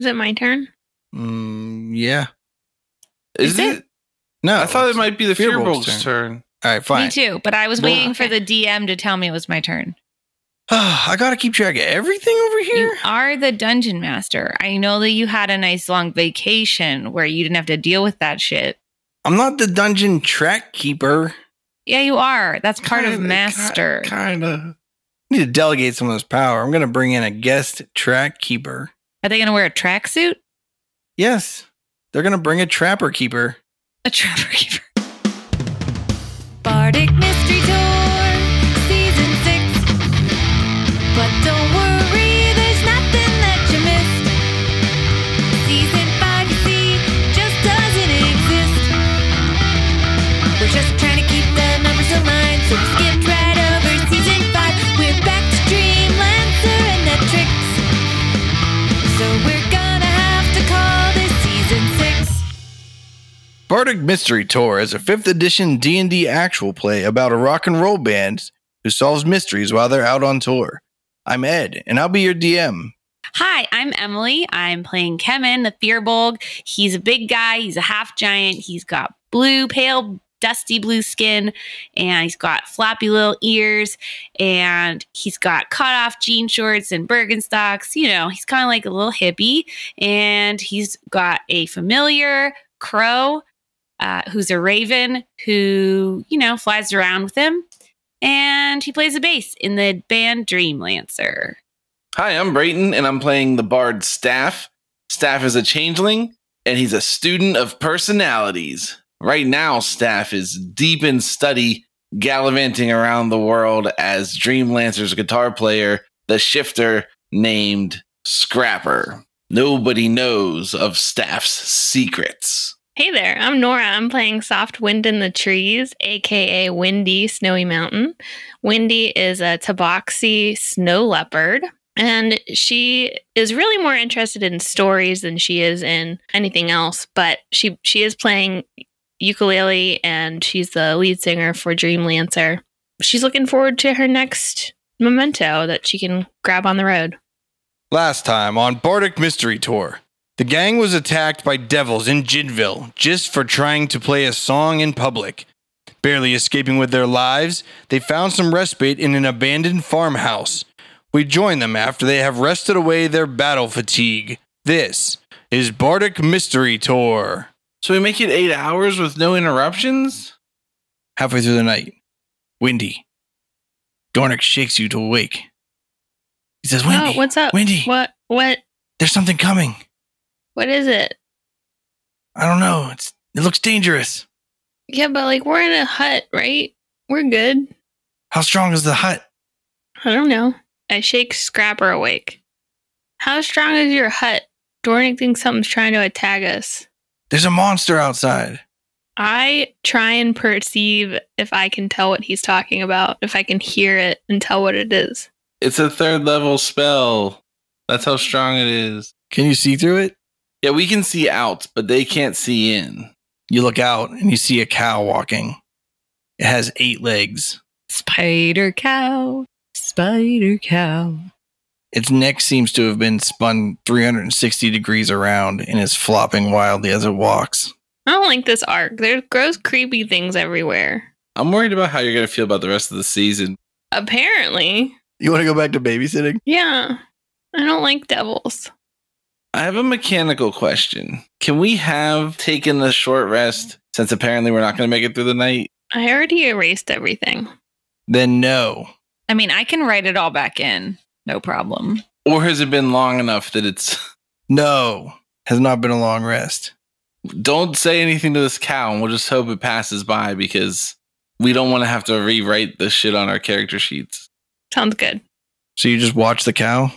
Is it my turn? Mm, yeah. Is Is it? No, I thought it might be the Fear Fear Bolt's Oh, Bolt's turn. All right, fine. Me too, but I was Well- waiting for the DM to tell me it was my turn. I gotta keep track of everything over You here. are the dungeon master. I know that you had a nice long vacation where you didn't have to deal with that shit. I'm not the dungeon track keeper. Yeah, you are. That's part of Kinda, master. Kind of. I need to delegate some of this power. I'm gonna bring in a guest track keeper. Are they going to wear a tracksuit? Yes, they're gonna bring a trapper keeper. A trapper keeper. Bardic Mystery Tour, Season 6. But don't worry, there's nothing that you missed. Season 5, you see, just doesn't exist. We're just trying to keep the numbers aligned, so we skipped right over Season 5. We're back to Dreamlancer and the tricks. So we're gonna have to call this Season 6. Bardic Mystery Tour is a 5th edition D&D actual play about a rock and roll band who solves mysteries while they're out on tour. I'm Ed, and I'll be your DM. Hi, I'm Emily. I'm playing Kevin, the Fearbolg. He's a big guy. He's a half giant. He's got blue, pale, dusty blue skin, and he's got floppy little ears, and he's got cut off jean shorts and Birkenstocks. You know, he's kind of like a little hippie, and he's got a familiar crow, uh, who's a raven, who you know flies around with him, and he plays a bass in the band Dreamlancer. Hi, I'm Brayton, and I'm playing the bard Staff. Staff is a changeling, and he's a student of personalities. Right now, Staff is deep in study, gallivanting around the world as Dreamlancer's guitar player, the shifter named Scrapper. Nobody knows of Staff's secrets. Hey there, I'm Nora. I'm playing Soft Wind in the Trees, aka Windy Snowy Mountain. Windy is a tabaxi snow leopard, and she is really more interested in stories than she is in anything else, but she she is playing ukulele and she's the lead singer for Dreamlancer. She's looking forward to her next memento that she can grab on the road. Last time on Bardic Mystery Tour, the gang was attacked by devils in Jidville just for trying to play a song in public. Barely escaping with their lives, they found some respite in an abandoned farmhouse. We join them after they have rested away their battle fatigue. This is Bardic Mystery Tour. So we make it eight hours with no interruptions? Halfway through the night, windy. Dornick shakes you to awake. He says, oh, what's up? Windy. What what there's something coming. what is it? I don't know. It's, it looks dangerous. Yeah, but like we're in a hut, right? We're good. How strong is the hut? I don't know. I shake Scrapper awake. How strong is your hut? Dornick thinks something's trying to attack us. There's a monster outside. I try and perceive if I can tell what he's talking about, if I can hear it and tell what it is. It's a third level spell. That's how strong it is. Can you see through it? Yeah, we can see out, but they can't see in. You look out and you see a cow walking. It has eight legs. Spider cow. Spider cow. Its neck seems to have been spun 360 degrees around and is flopping wildly as it walks. I don't like this arc. There's gross, creepy things everywhere. I'm worried about how you're going to feel about the rest of the season. Apparently. You want to go back to babysitting? Yeah. I don't like devils. I have a mechanical question. Can we have taken a short rest since apparently we're not going to make it through the night? I already erased everything. Then no. I mean, I can write it all back in. No problem. Or has it been long enough that it's. No. Has not been a long rest. Don't say anything to this cow and we'll just hope it passes by because we don't want to have to rewrite this shit on our character sheets. Sounds good. So you just watch the cow?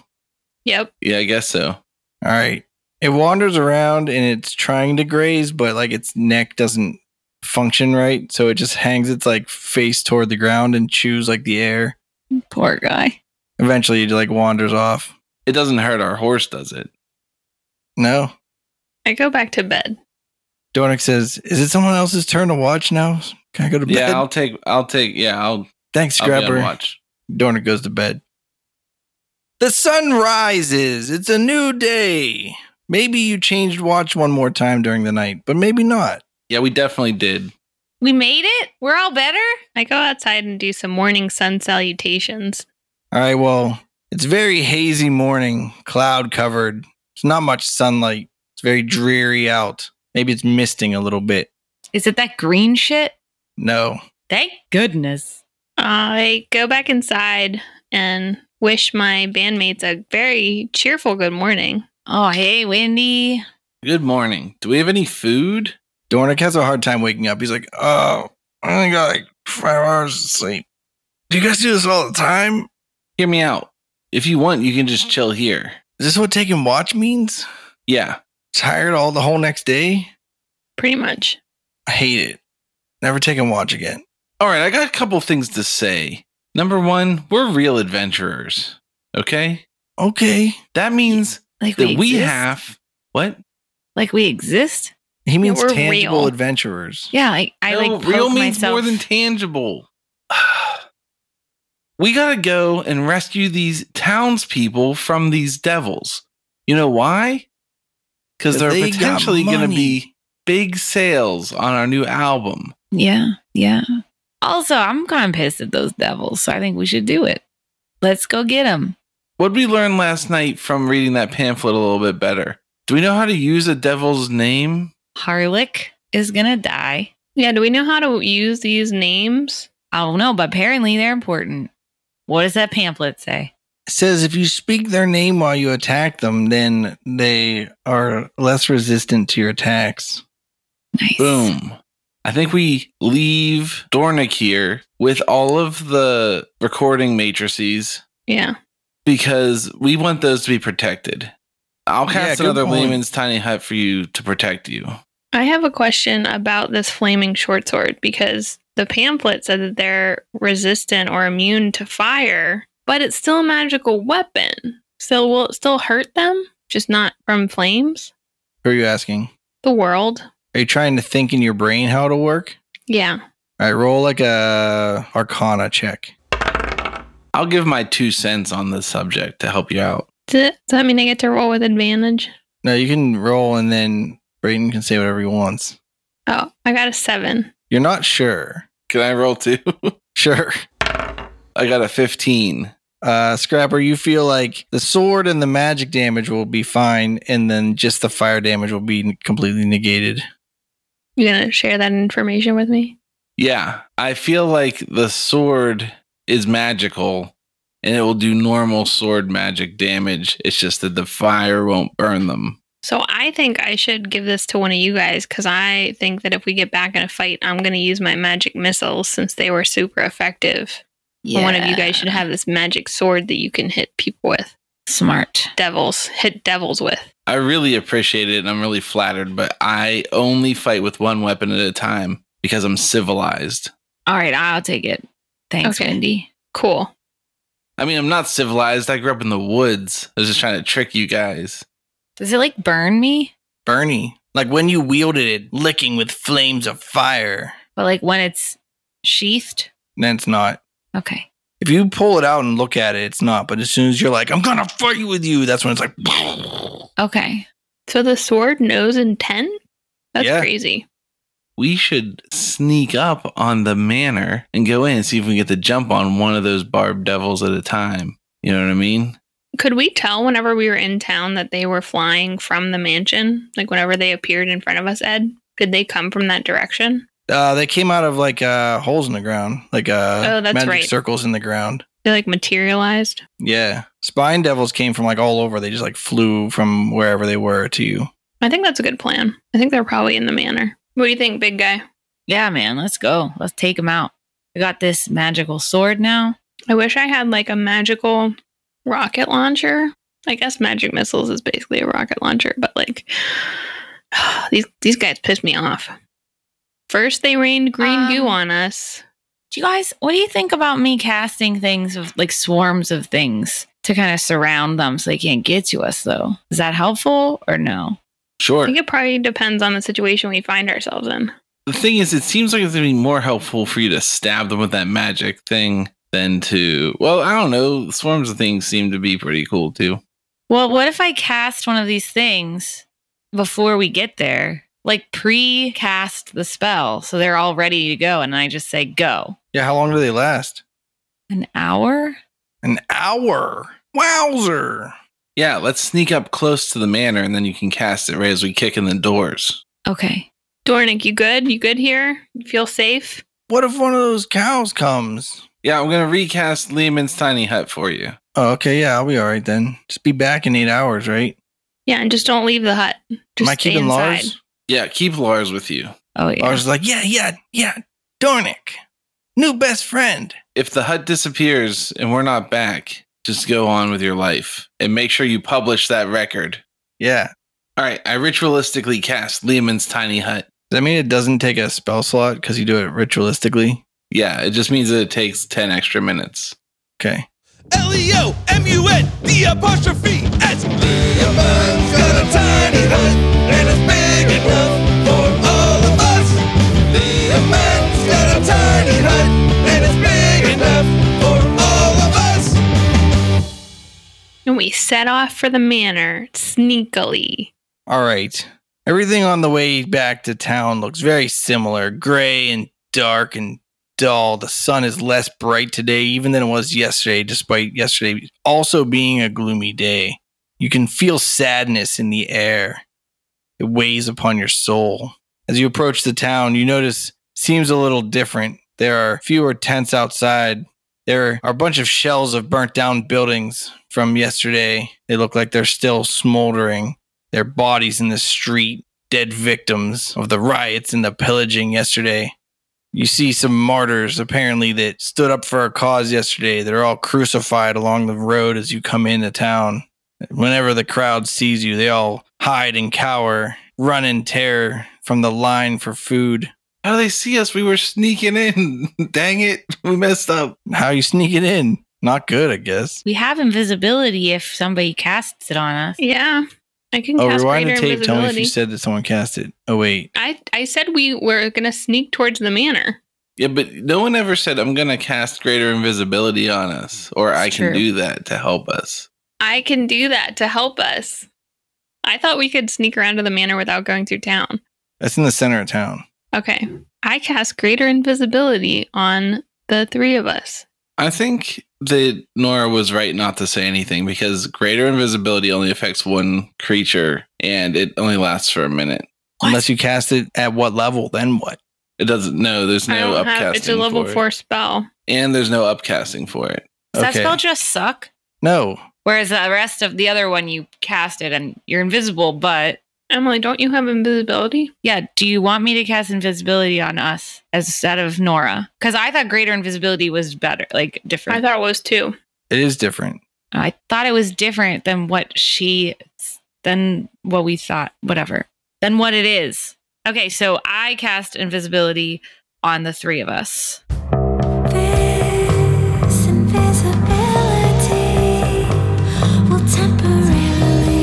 Yep. Yeah, I guess so. All right. It wanders around and it's trying to graze, but like its neck doesn't function right. So it just hangs its like face toward the ground and chews like the air. Poor guy. Eventually it like wanders off. It doesn't hurt our horse, does it? No. I go back to bed. Dornick says, Is it someone else's turn to watch now? Can I go to bed? Yeah, I'll take. I'll take. Yeah, I'll. Thanks, I'll be on Scrapper. watch. Dornick goes to bed. The sun rises. It's a new day. Maybe you changed watch one more time during the night, but maybe not. Yeah, we definitely did. We made it. We're all better. I go outside and do some morning sun salutations. All right, well, it's very hazy morning, cloud covered. It's not much sunlight. It's very dreary out. Maybe it's misting a little bit. Is it that green shit? No. Thank goodness. I go back inside and wish my bandmates a very cheerful good morning. Oh, hey, Wendy. Good morning. Do we have any food? Dornick has a hard time waking up. He's like, oh, I only got like five hours of sleep. Do you guys do this all the time? Hear me out. If you want, you can just chill here. Is this what taking watch means? Yeah. Tired all the whole next day? Pretty much. I hate it. Never taking watch again. All right, I got a couple things to say. Number one, we're real adventurers. Okay? Okay. That means Like that we exist? have what? Like we exist? He means we're tangible real. adventurers. Yeah, I, I No, like poke real means myself. more than tangible. we gotta go and rescue these townspeople from these devils. You know why? Because 'Cause they're they got potentially gonna money. be big sales on our new album. yeah, yeah. Also, I'm kind of pissed at those devils, so I think we should do it. Let's go get them. What did we learn last night from reading that pamphlet a little bit better? Do we know how to use a devil's name? Harlech is gonna die. Yeah, do we know how to use these names? I don't know, but apparently they're important. What does that pamphlet say? It says if you speak their name while you attack them, then they are less resistant to your attacks. Nice. Boom. I think we leave Dornick here with all of the recording matrices Yeah. because we want those to be protected. I'll Yeah, cast good another point. layman's tiny hut for you to protect you. I have a question about this flaming short sword because the pamphlet said that they're resistant or immune to fire, but it's still a magical weapon. So will it still hurt them? Just not from flames? Who are you asking? The world? Are you trying to think in your brain how it'll work? Yeah. All right, roll like a arcana check. I'll give my two cents on this subject to help you out. Does does that mean I get to roll with advantage? No, you can roll and then Brayden can say whatever he wants. Oh, I got a seven. You're not sure. Can I roll too? Sure. I got a 15. Uh, Scrapper, you feel like the sword and the magic damage will be fine, and then just the fire damage will be completely negated. You gonna share that information with me? Yeah, I feel like the sword is magical and it will do normal sword magic damage. It's just that the fire won't burn them. So I think I should give this to one of you guys because I think that if we get back in a fight, I'm gonna use my magic missiles since they were super effective. And One of you guys should have this magic sword that you can hit people with. smart. Devils. Hit devils with. I really appreciate it and I'm really flattered, but I only fight with one weapon at a time because I'm civilized. All right, I'll take it. Thanks, Okay. Wendy. Cool. I mean, I'm not civilized. I grew up in the woods. I was just trying to trick you guys. Does it like burn me? Bernie, like when you wielded it, licking with flames of fire. But like when it's sheathed? Then it's not. Okay. If you pull it out and look at it, it's not. But as soon as you're like, I'm gonna fight with you, that's when it's like, Okay. So the sword knows intent? That's Yeah. crazy. We should sneak up on the manor and go in and see if we can get the jump on one of those barbed devils at a time. You know what I mean? Could we tell whenever we were in town that they were flying from the mansion? Like whenever they appeared in front of us, Ed? Did they come from that direction? uh, they came out of like uh, holes in the ground, like uh, Oh, that's magic right. circles in the ground. They like materialized. Yeah, spine devils came from like all over. They just like flew from wherever they were to you. I think that's a good plan. I think they're probably in the manor. What do you think, big guy? Yeah, man, let's go. Let's take him out. I got this magical sword now. I wish I had like a magical rocket launcher. I guess magic missiles is basically a rocket launcher, but like these these guys piss me off. First they rained green Um, goo on us. Do you guys, what do you think about me casting things of like swarms of things to kind of surround them so they can't get to us though? Is that helpful or no? I Sure. think it probably depends on the situation we find ourselves in. The thing is, it seems like it's going to be more helpful for you to stab them with that magic thing than to, well, I don't know. Swarms of things seem to be pretty cool too. Well, what if I cast one of these things before we get there? Like pre cast the spell. So they're all ready to go. And I just say, go. Yeah, how long do they last? An hour? An hour. Wowzer. Yeah, let's sneak up close to the manor and then you can cast it right as we kick in the doors. Okay. Dornick, you good? You good here? You feel safe? What if one of those cows comes? Yeah, I'm gonna recast Lehman's tiny hut for you. Oh, okay, yeah, I'll be all right then. Just be back in eight hours, right? Yeah, and just don't leave the hut. Just Am I stay keeping inside. Lars? Yeah, keep Lars with you. Oh, yeah. Lars is like, yeah, yeah, yeah, Dornick, new best friend. If the hut disappears and we're not back, just go on with your life and make sure you publish that record. Yeah. All right, I ritualistically cast Lehman's tiny hut. Does that mean it doesn't take a spell slot because you do it ritualistically? Yeah, it just means that it takes 10 extra minutes. Okay. L E O M U N D apostrophe S. Leoman's got a tiny hut and it's big enough for all of us. Leoman's got a tiny hut and it's big enough for all of us. And we set off for the manor sneakily. All right. Everything on the way back to town looks very similar gray and dark and dull. The sun is less bright today, even than it was yesterday, despite yesterday also being a gloomy day. You can feel sadness in the air, it weighs upon your soul. As you approach the town, you notice seems a little different. There are fewer tents outside. There are a bunch of shells of burnt down buildings from yesterday. They look like they're still smoldering their bodies in the street, dead victims of the riots and the pillaging yesterday. You see some martyrs apparently that stood up for a cause yesterday that are all crucified along the road as you come into town. Whenever the crowd sees you, they all hide and cower, run in terror from the line for food. How do they see us? We were sneaking in. Dang it, we messed up. How you sneak it in? Not good, I guess. We have invisibility if somebody casts it on us. Yeah. I can Oh, cast rewind the greater tape. Tell me if invisibility. you said that someone cast it. Oh, wait. I, I said we were going to sneak towards the manor. Yeah, but no one ever said I'm gonna cast greater invisibility on us, or I It's can true. do that to help us. I can do that to help us. I thought we could sneak around to the manor without going through town. That's in the center of town. Okay. I cast greater invisibility on the three of us. I think that Nora was right not to say anything because greater invisibility only affects one creature and it only lasts for a minute. Unless you cast it at what level, then what? It doesn't. No, there's I no don't upcasting. have it's a level for it. four spell. and there's no upcasting for it. Does that Okay. spell just suck? No, Whereas the rest of the other one, you cast it and you're invisible, but Emily, don't you have invisibility? Yeah. Do you want me to cast invisibility on us instead of Nora? Because I thought greater invisibility was better, like different. I thought it was two. it is different. I thought it was different than what she, than what we thought, whatever, than what it is. Okay. So I cast invisibility on the three of us. This invisibility will temporarily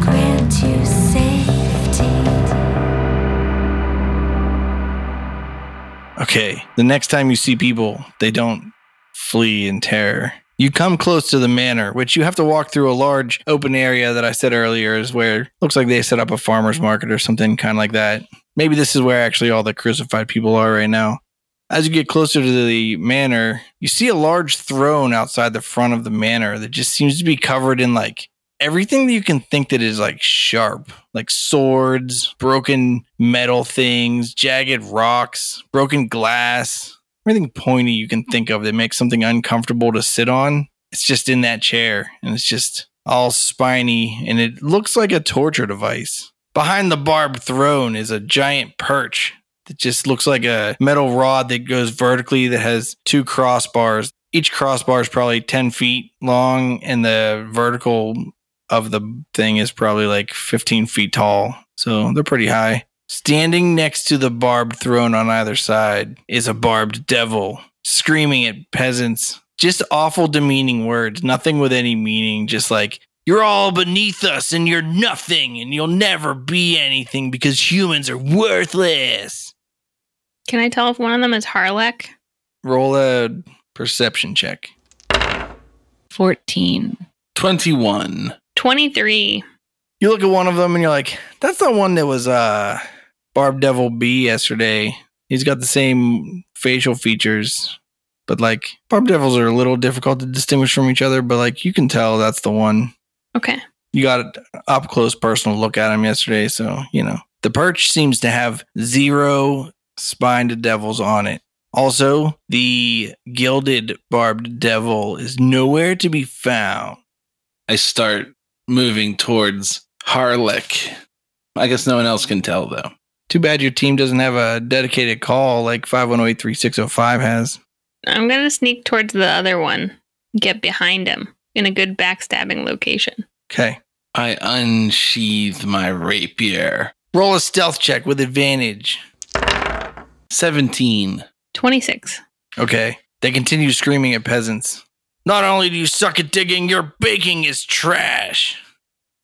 grant you safety. Okay, the next time you see people, they don't flee in terror. You come close to the manor, which you have to walk through a large open area that I said earlier is where looks like they set up a farmer's market or something kind of like that. Maybe this is where actually all the crucified people are right now. As you get closer to the manor, you see a large throne outside the front of the manor that just seems to be covered in like everything that you can think that is like sharp, like swords, broken metal things, jagged rocks, broken glass, everything pointy you can think of that makes something uncomfortable to sit on. It's just in that chair and it's just all spiny and it looks like a torture device. Behind the barbed throne is a giant perch that just looks like a metal rod that goes vertically that has two crossbars. Each crossbar is probably 10 feet long and the vertical of the thing is probably like 15 feet tall. So they're pretty high. Standing next to the barbed throne on either side is a barbed devil screaming at peasants. Just awful, demeaning words, nothing with any meaning, just like, you're all beneath us and you're nothing and you'll never be anything because humans are worthless. Can I tell if one of them is Harlech? Roll a perception check. 14. 21. 23. You look at one of them and you're like, that's the one that was uh Barb Devil B yesterday. He's got the same facial features, but like Barb Devils are a little difficult to distinguish from each other, but like you can tell that's the one. Okay. You got an up close personal look at him yesterday, so you know. The perch seems to have zero spined devils on it. Also, the gilded barbed devil is nowhere to be found. I start moving towards Harlech. I guess no one else can tell, though. Too bad your team doesn't have a dedicated call like 510-83605 has. I'm going to sneak towards the other one, get behind him in a good backstabbing location. Okay. I unsheathe my rapier. Roll a stealth check with advantage. 17. 26. Okay. They continue screaming at peasants. Not only do you suck at digging, your baking is trash.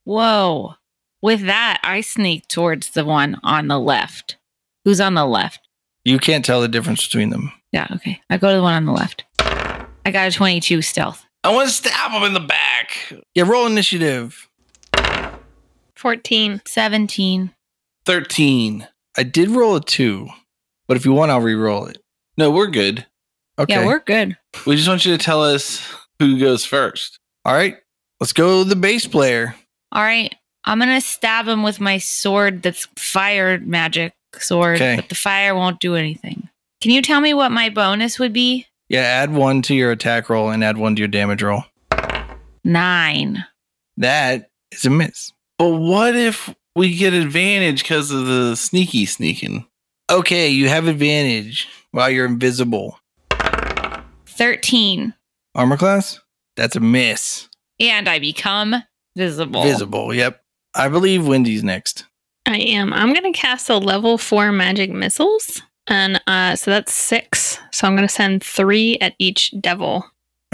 Whoa. With that, I sneak towards the one on the left. Who's on the left? You can't tell the difference between them. Yeah, okay. I go to the one on the left. I got a 22 stealth. I want to stab him in the back. Yeah, roll initiative. 14. 17. 13. I did roll a 2, but if you want I'll re-roll it. No, we're good. Okay. Yeah, we're good. We just want you to tell us who goes first. All right. Let's go the bass player. All right. I'm going to stab him with my sword that's fire magic sword, Okay. but the fire won't do anything. Can you tell me what my bonus would be? Yeah, add 1 to your attack roll and add 1 to your damage roll. Nine. That is a miss. But what if we get advantage because of the sneaky sneaking? Okay, you have advantage while you're invisible. 13. Armor class? That's a miss. And I become Oh. visible. Visible, yep. I believe Wendy's next. I am. I'm going to cast a level 4 magic missiles. And uh, so that's 6. So I'm going to send 3 at each devil.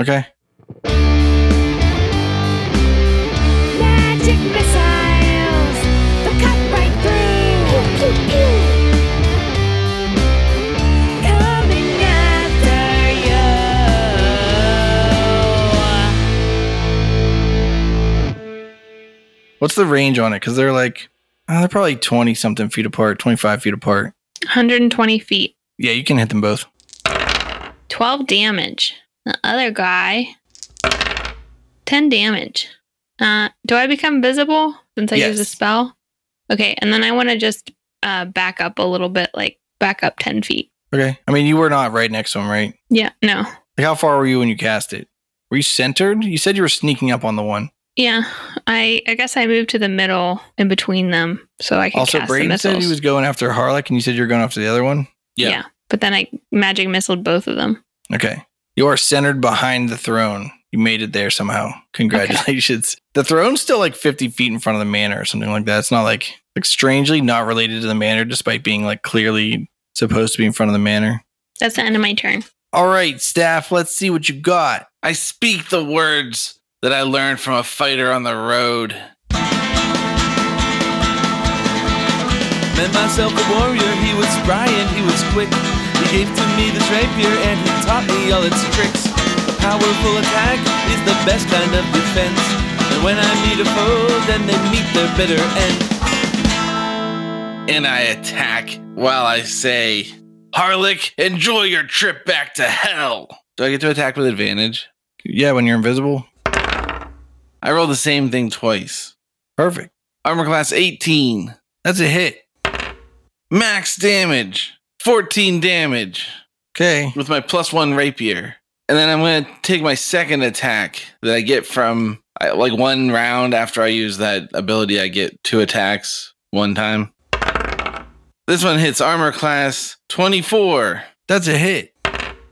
Okay. Magic missiles, they'll cut right through. Coming after you. What's the range on it? Because they're like, uh, they're probably 20 something feet apart, 25 feet apart. 120 feet. Yeah, you can hit them both. 12 damage. The other guy, 10 damage. Uh, do I become visible since I use a Yes. spell? Okay, and then I want to just uh, back up a little bit, like back up 10 feet. Okay. I mean, you were not right next to him, right? Yeah, no. Like, how far were you when you cast it? Were you centered? You said you were sneaking up on the one. Yeah, I I guess I moved to the middle in between them so I could Also, cast the Braden said missiles. he was going after Harlech, and you said you were going after the other one. yeah. but then I magic missiled both of them. Okay. You are centered behind the throne. You made it there somehow. Congratulations. The throne's still like 50 feet in front of the manor or something like that. It's not like, like strangely not related to the manor, despite being like clearly supposed to be in front of the manor. That's the end of my turn. All right, staff, let's see what you got. I speak the words that I learned from a fighter on the road. Met myself a warrior, he was spry and he was quick. He gave to me this rapier and he taught me all its tricks. A powerful attack is the best kind of defense. And when I meet a foe, then they meet their bitter end. and I attack while I say, Harlech, enjoy your trip back to hell. Do I get to attack with advantage? Yeah, when you're invisible. I roll the same thing twice. Perfect. Armor class 18, That's a hit. max damage, 14 damage Okay. with my plus one rapier. And then I'm going to take my second attack that I get from I, like one round after I use that ability. I get two attacks one time. This one hits armor class 24. That's a hit.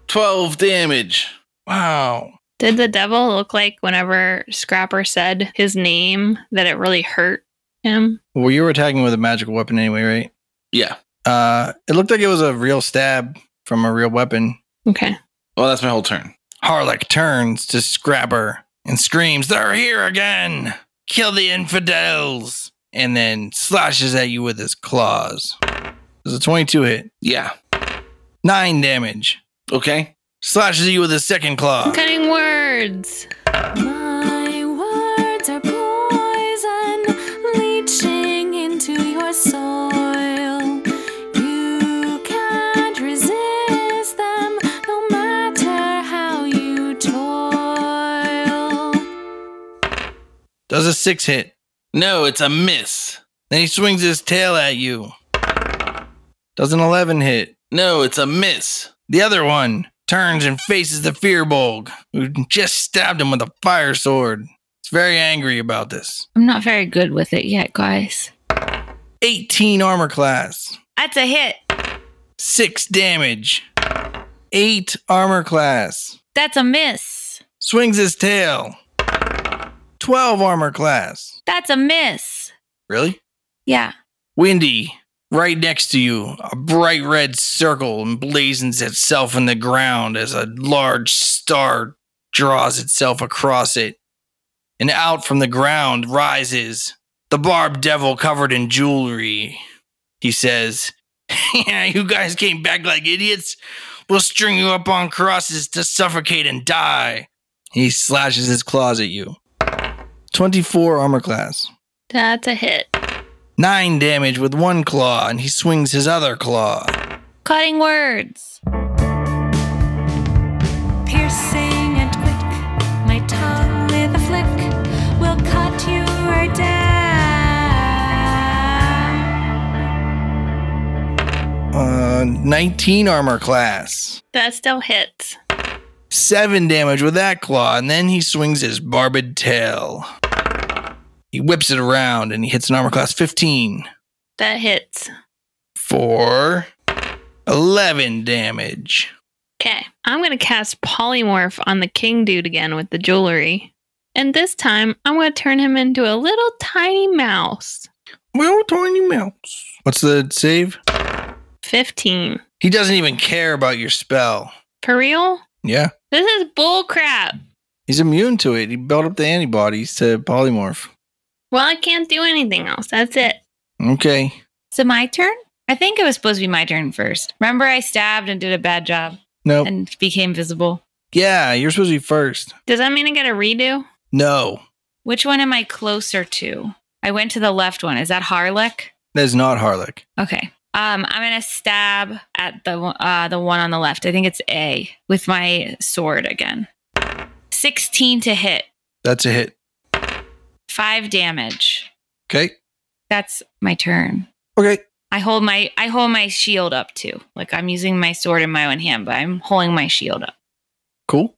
12 damage. Wow. Did the devil look like whenever Scrapper said his name that it really hurt him? Well, you were attacking with a magical weapon anyway, right? Yeah. Uh, it looked like it was a real stab from a real weapon. Okay. Well, that's my whole turn. Harlech turns to Scrabber and screams, They're here again! Kill the infidels! And then slashes at you with his claws. There's a 22 hit, Yeah. 9 damage. Okay. Slashes you with his second claw. Cutting words. My a six hit. No, it's a miss. Then he swings his tail at you. Does an 11 hit. No, it's a miss. The other one turns and faces the Fearbolg, who just stabbed him with a fire sword. He's very angry about this. I'm not very good with it yet, guys. 18 armor class, That's a hit. 6 damage, 8 armor class. That's a miss. Swings his tail. 12 armor class. That's a miss. Really? Yeah. Windy, right next to you, a bright red circle emblazons itself in the ground as a large star draws itself across it. And out from the ground rises the barbed devil covered in jewelry. He says, Yeah, you guys came back like idiots. We'll string you up on crosses to suffocate and die. He slashes his claws at you. 24 armor class That's a hit. nine damage with one claw, and he swings his other claw. Cutting words. Piercing and quick, my tongue with a flick will cut you right down. Uh, 19 armor class, That still hits. seven damage with that claw, and then he swings his barbed tail. He whips it around and he hits an armor class 15 That hits. for 11 damage. Okay. I'm going to cast Polymorph on the King Dude again with the jewelry. And this time, I'm going to turn him into a little tiny mouse. Well, tiny mouse. What's the save? 15. He doesn't even care about your spell. For real? Yeah. This is bullcrap. He's immune to it. He built up the antibodies to polymorph. Well, I can't do anything else. That's it. Okay. Is it my turn? I think it was supposed to be my turn first. Remember, I stabbed and did a bad job Nope. and became visible. Yeah, you're supposed to be first. Does that mean I get a redo? No, Which one am I closer to? I went to the left one. Is that Harlech? that is not Harlech. Okay. Um, I'm gonna stab at the one- uh, the one on the left. I think it's A with my sword again. Sixteen to hit, That's a hit. five damage. Okay. That's my turn. Okay. I hold my I hold my shield up too. Like I'm using my sword in my own hand, but I'm holding my shield up. Cool.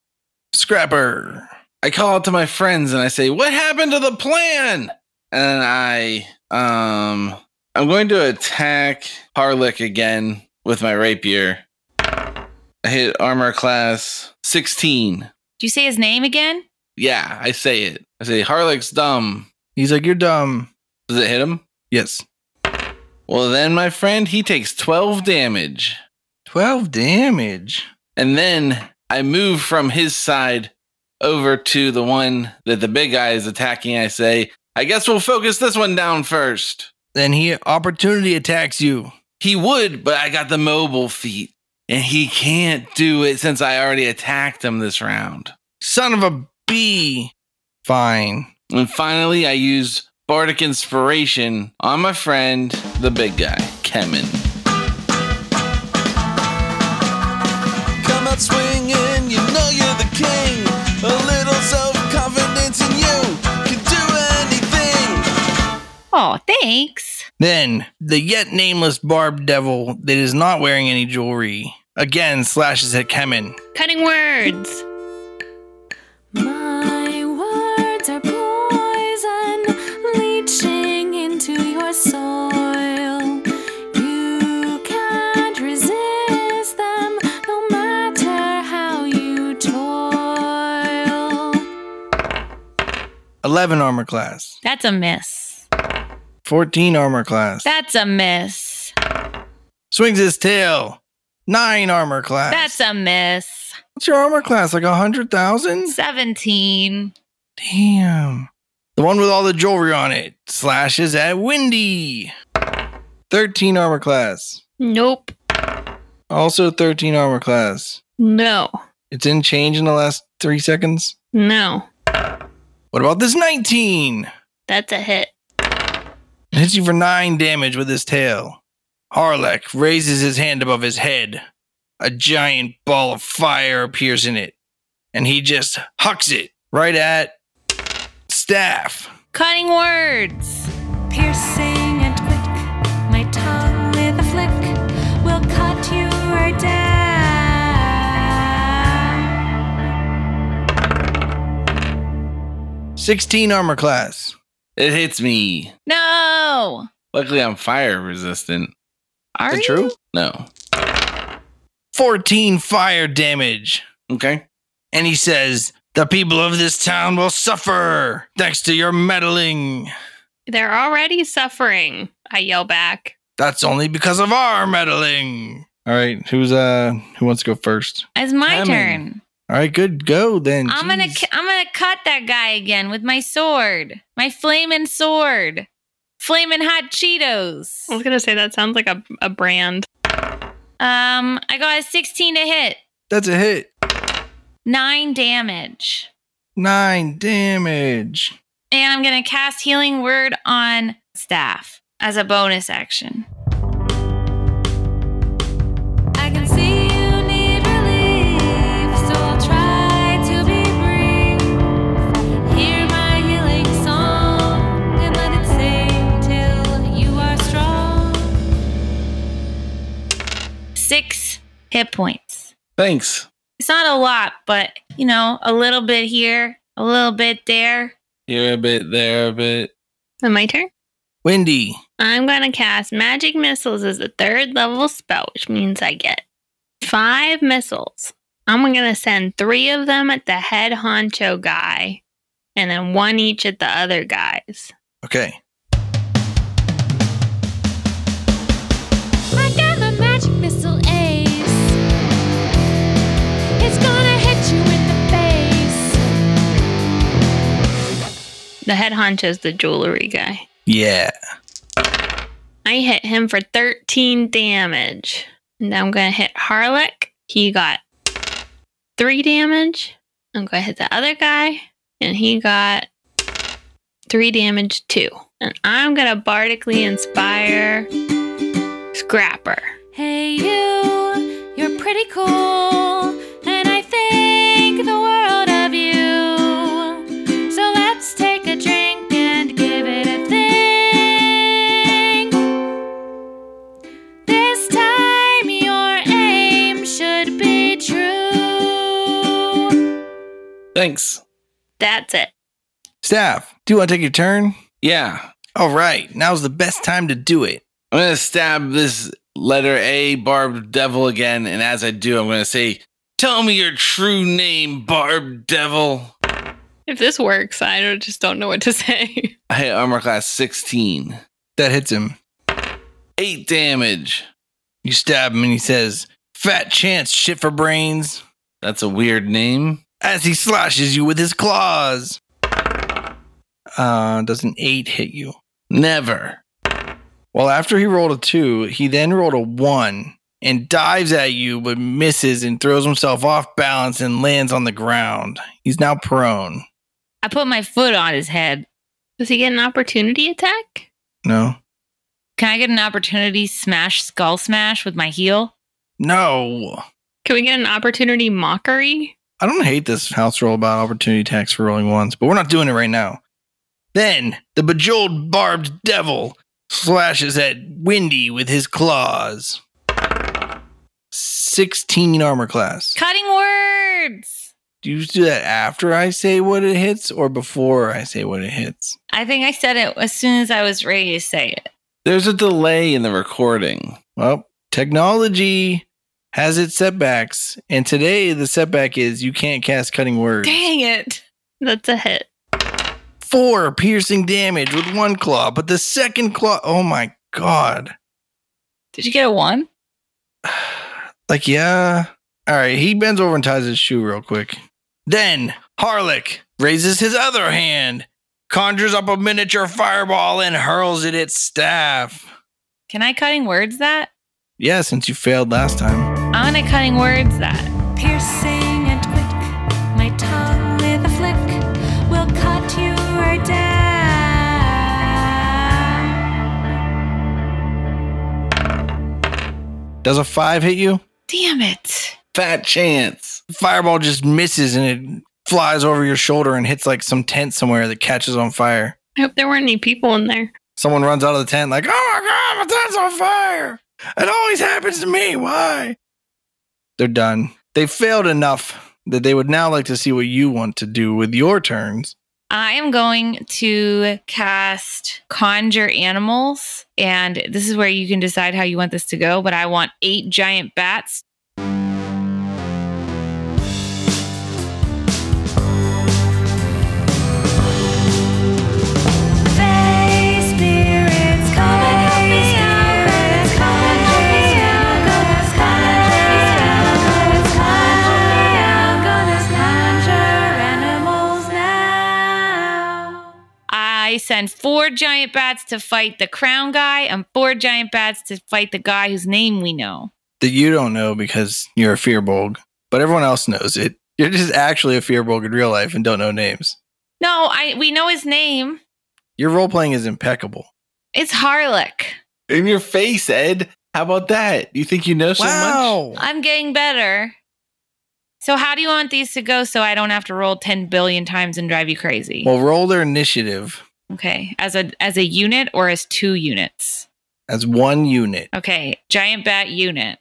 Scrapper. I call out to my friends and I say, "What happened to the plan?" And I um I'm going to attack Harlech again with my rapier. I hit armor class 16. Do you say his name again? Yeah, I say it. I say Harlech's dumb. He's like, you're dumb. Does it hit him? Yes. Well, then my friend, he takes 12 damage. 12 damage. And then I move from his side over to the one that the big guy is attacking. I say, I guess we'll focus this one down first. Then he opportunity attacks you. He would, but I got the mobile feat. And he can't do it since I already attacked him this round. Son of a bee. Fine. And finally, I used Bardic Inspiration on my friend, the big guy, Kemen. Come out swinging, you know you're the king. A little self confidence in you can do anything. Oh, thanks. Then the yet nameless barbed devil that is not wearing any jewelry again slashes at Kemen. Cutting words. My words are poison leaching into your soil. You can't resist them no matter how you toil. 11 armor class. That's a miss. 14 armor class. That's a miss. Swings his tail. Nine armor class. That's a miss. What's your armor class? Like a hundred thousand? Seventeen. Damn. The one with all the jewelry on it slashes at Windy. Thirteen armor class. Nope. Also thirteen armor class. No. It's in change in the last three seconds. No. What about this nineteen? That's a hit. It hits you for nine damage with his tail. Harlech raises his hand above his head. A giant ball of fire appears in it, and he just hucks it right at Staff. Cutting words. Piercing and quick, my tongue with a flick will cut you right down. 16 armor class. It hits me. No. Luckily, I'm fire resistant. Are Is that you? true? No. 14 fire damage. Okay. And he says, The people of this town will suffer thanks to your meddling. They're already suffering. I yell back. That's only because of our meddling. All right, who's uh who wants to go first? It's my Timing. turn. All right, good. Go then. I'm gonna Jeez. ki- I'm gonna cut that guy again with my sword, my flaming sword, flaming hot Cheetos. I was going to say that sounds like a, a brand. Um, I got a 16 to hit, That's a hit. nine damage, 9 damage. and I'm gonna cast Healing Word on Staff as a bonus action. I can see you need relief, so I'll try to be brief. Hear my healing song and let it sing till you are strong. Six hit points. Thanks. It's not a lot, but you know, a little bit here, a little bit there. Here a bit, there a bit. And my turn? Windy. I'm going to cast Magic Missiles as a third level spell, which means I get five missiles. I'm going to send three of them at the head honcho guy and then one each at the other guys. Okay. I got my magic missile ace. It's gonna hit you in the face. The head honcho's the jewelry guy. Yeah. I hit him for 13 damage. And I'm going to hit Harlech. He got three damage. I'm going to hit the other guy. And he got three damage too. And I'm going to bardically inspire Scrapper. Hey, you, you're pretty cool, and I think the world of you. So let's take a drink and give it a think. This time your aim should be true. Thanks. That's it. Staff, do you want to take your turn? Yeah. All right. Now's the best time to do it. I'm gonna stab this letter A barbed devil again, and as I do, I'm gonna say, "Tell me your true name, barbed devil." If this works, I don't, just don't know what to say. I hit armor class 16, That hits him. eight damage. You stab him and he says, Fat chance, shit for brains, That's a weird name. as he slashes you with his claws. Uh, does an eight hit you? Never. Well, after he rolled a two, he then rolled a one and dives at you, but misses and throws himself off balance and lands on the ground. He's now prone. I put my foot on his head. Does he get an opportunity attack? No? Can I get an opportunity smash skull smash with my heel? No. Can we get an opportunity mockery? I don't hate this house rule about opportunity tax for rolling ones, but we're not doing it right now. Then the bejeweled barbed devil slashes at Windy with his claws. 16 armor class. Cutting words. Do you do that after I say what it hits or before I say what it hits? I think I said it as soon as I was ready to say it. There's a delay in the recording. Well, technology has its setbacks, and today the setback is you can't cast cutting words. Dang it. That's a hit. four piercing damage with one claw, but the second claw, oh my god. Did you get a one? Like, yeah. All right, he bends over and ties his shoe real quick. Then Harlech raises his other hand, conjures up a miniature fireball, and hurls it at staff. Can I cutting words that? Yeah, since you failed last time. I'm gonna cutting words that. Piercing and quick, my tongue with a flick will cut you right down. Does a five hit you? Damn it. Fat chance. Fireball just misses and it flies over your shoulder and hits like some tent somewhere that catches on fire. I hope there weren't any people in there. Someone runs out of the tent like, oh my god, my tent's on fire. It always happens to me. Why? They're done. They failed enough that they would now like to see what you want to do with your turns. I am going to cast Conjure Animals. And this is where you can decide how you want this to go. But I want eight giant bats. I send four giant bats to fight the crown guy and four giant bats to fight the guy whose name we know. That you don't know because you're a fearbolg, but everyone else knows it. You're just actually a fearbolg in real life and don't know names. No, I we know his name. Your role playing is impeccable. It's Harlech. In your face, Ed. How about that? You think you know so much? I'm getting better. So how do you want these to go so I don't have to roll 10 billion times and drive you crazy? Well, roll their initiative Okay. As a as a unit or as two units? as one unit. Okay. Giant bat unit.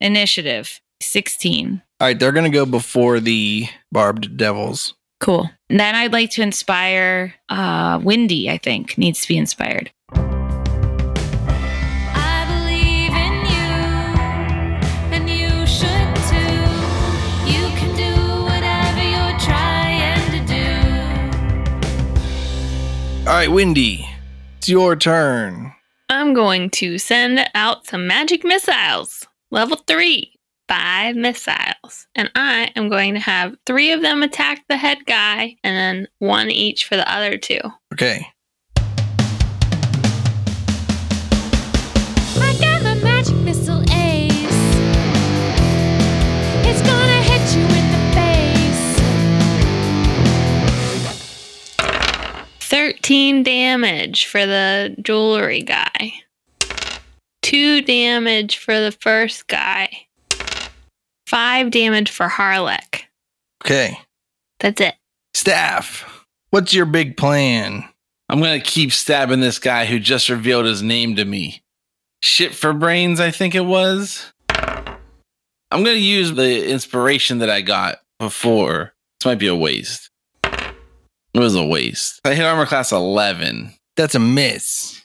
Initiative 16. All right, they're going to go before the barbed devils. Cool. And then I'd like to inspire uh Windy, I think, needs to be inspired. I believe in you, and you should too. You can do whatever you're trying to do. All right, Windy, it's your turn. I'm going to send out some magic missiles. Level three, five missiles. And I am going to have three of them attack the head guy and then one each for the other two. Okay. I got my magic missile ace. It's gonna hit you in the face. 13 damage for the jewelry guy. Two damage for the first guy. Five damage for Harlech. Okay. That's it. Staff, what's your big plan? I'm going to keep stabbing this guy who just revealed his name to me. Shit for brains, I think it was. I'm going to use the inspiration that I got before. This might be a waste. It was a waste. I hit armor class 11. That's a miss.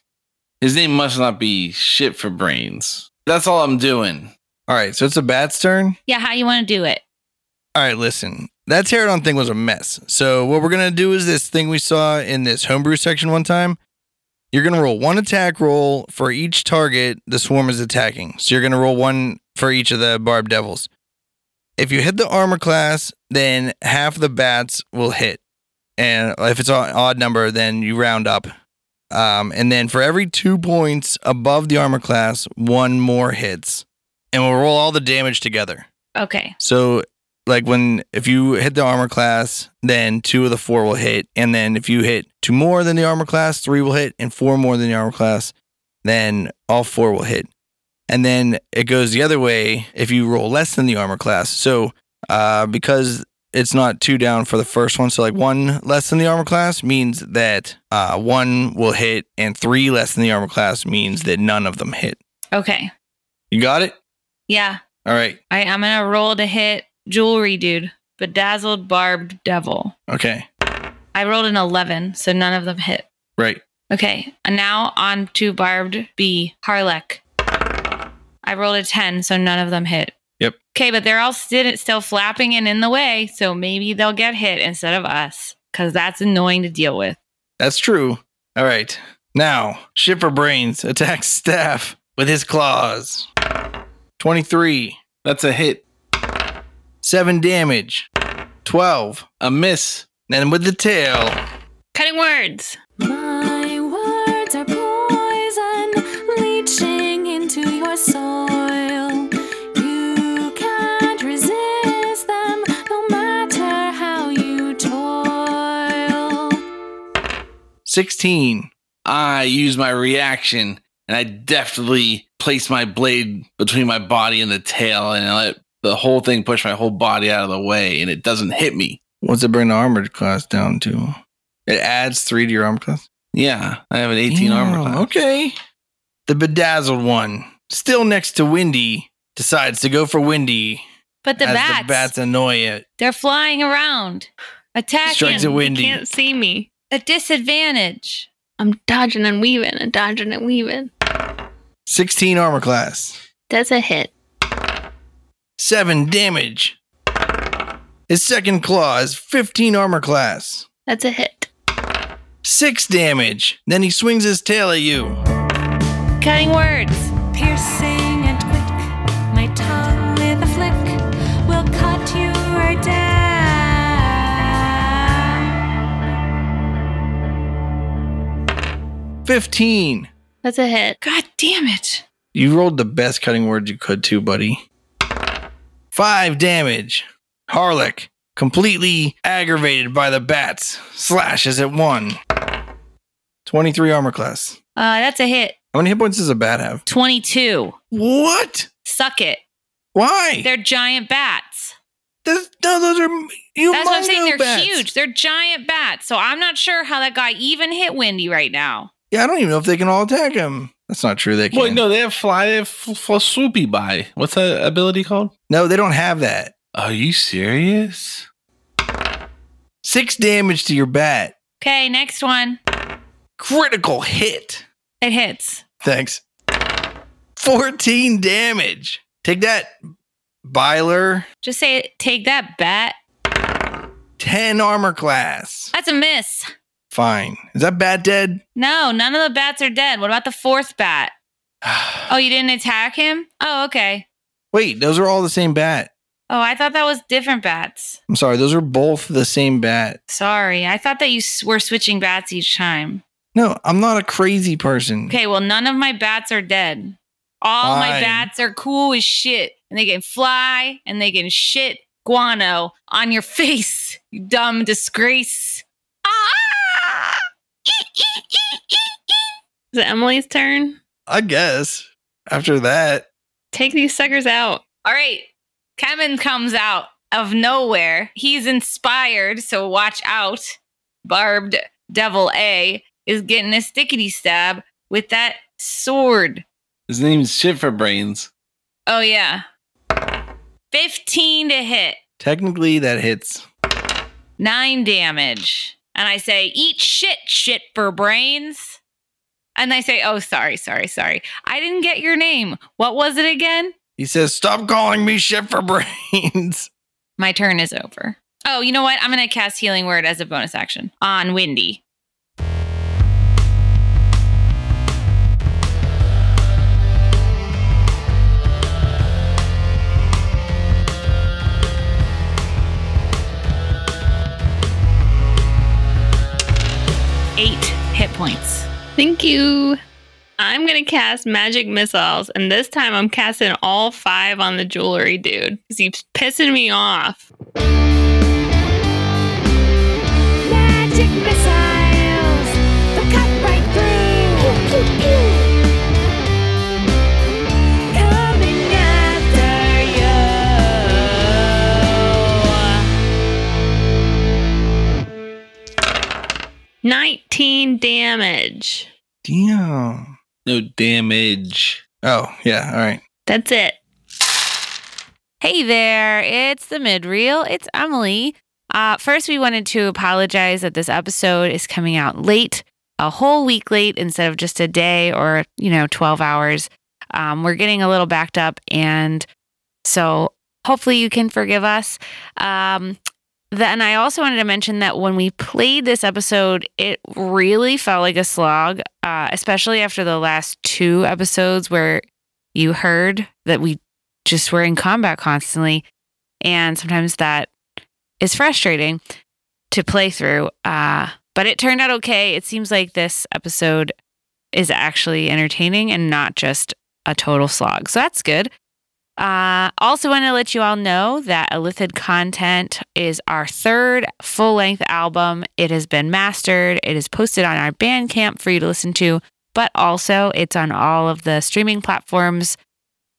His name must not be shit for brains. That's all I'm doing. All right, so it's a bat's turn. Yeah, how you want to do it? All right, listen. That pterodon thing was a mess. So what we're gonna do is this thing we saw in this homebrew section one time. You're gonna roll one attack roll for each target the swarm is attacking. So you're gonna roll one for each of the barbed devils. If you hit the armor class, then half the bats will hit, and if it's an odd number, then you round up. Um, and then for every two points above the armor class, one more hits, and we'll roll all the damage together. Okay. So like when if you hit the armor class, then two of the four will hit, and then if you hit two more than the armor class, three will hit, and four more than the armor class, then all four will hit. And then it goes the other way if you roll less than the armor class. So uh, because it's not two down for the first one, so like one less than the armor class means that uh, one will hit, and three less than the armor class means that none of them hit. Okay. You got it? Yeah. All right. I, I'm gonna roll to hit jewelry dude. Bedazzled barbed devil. Okay. I rolled an eleven, so none of them hit. Right. Okay, and now on to Barbed B, Harlech. I rolled a 10, so none of them hit. Yep. Okay, but they're all sti- still flapping and in the way, so maybe they'll get hit instead of us, because that's annoying to deal with. That's true. All right. Now, Shipper Brains attacks Staff with his claws. 23, That's a hit, 7 damage, 12. a miss. And with the tail, Cutting words. My words are poison leaching into your soil. You can't resist them no matter how you toil. 16. I use my reaction and I deftly place my blade between my body and the tail and I let the whole thing push my whole body out of the way and it doesn't hit me. What's it bring the armored class down to? It adds three to your arm class. Yeah, I have an 18 armor Damn, class. Okay. The bedazzled one, still next to Windy, decides to go for Windy But the as bats, the bats annoy it. they're flying around, attacking Strikes a You Windy. can't see me. a disadvantage. I'm dodging and weaving and dodging and weaving. 16 armor class. That's a hit. Seven damage. His second claw is 15 armor class. That's a hit. Six damage. Then he swings his tail at you. Cutting words. Piercing and quick, my tongue with a flick will cut you right down. 15. That's a hit. God damn it. You rolled the best cutting words you could, too, buddy. Five damage. Harlech, completely aggravated by the bats, slashes at one. 23 armor class. Uh, that's a hit. How many hit points does a bat have? 22. What? Suck it. Why? They're giant bats. This- no, those are m- you. That's what I'm saying. They're bats. huge. They're giant bats. So I'm not sure how that guy even hit Wendy right now. Yeah, I don't even know if they can all attack him. That's not true. They can. Wait, no, they have fly, they have f- f- swoopy by. What's that ability called? no, they don't have that. Are you serious? Six damage to your bat. Okay, next one. Critical hit. It hits. Thanks. 14 damage. Take that, Byler. Just say, it. take that bat. 10 armor class. That's a miss. Fine. Is that bat dead? No, none of the bats are dead. What about the fourth bat? Oh, you didn't attack him? Oh, okay. Wait, those are all the same bat. Oh, I thought that was different bats. I'm sorry, those are both the same bat. Sorry. I thought that you s- were switching bats each time. No, I'm not a crazy person. Okay, well, none of my bats are dead. All my Fine. bats are cool as shit. And they can fly and they can shit guano on your face, you dumb disgrace. Ah! Is it Emily's turn? I guess after that, Take these suckers out. All right. Kevin comes out of nowhere. He's inspired, so watch out. Barbed Devil A is getting a stickety stab with that sword. His name's Shit for Brains. Oh, yeah. 15 to hit. technically that hits. nine damage. And I say, eat shit, shit for brains. And they say, oh, sorry, sorry, sorry. I didn't get your name. What was it again? He says, Stop calling me shit for brains. My turn is over. Oh, you know what? I'm going to cast Healing Word as a bonus action on Windy. Eight hit points. Thank you. I'm going to cast magic missiles, and this time I'm casting all five on the jewelry dude because he's pissing me off. Magic missiles, they'll cut right through. Coming after you. 19 damage. Damn. No damage. Oh, yeah. All right. That's it. Hey there, it's the mid reel. It's Emily. Uh, first, we wanted to apologize that this episode is coming out late, a whole week late instead of just a day or, you know, 12 hours. Um, we're getting a little backed up, and so hopefully you can forgive us. Um, then I also wanted to mention that when we played this episode, it really felt like a slog, uh, especially after the last two episodes where you heard that we just we're in combat constantly. And sometimes that is frustrating to play through. Uh, but it turned out okay. It seems like this episode is actually entertaining and not just a total slog. So that's good. Uh, also, want to let you all know that Elithid Content is our third full length album. It has been mastered, it is posted on our Bandcamp for you to listen to, but also it's on all of the streaming platforms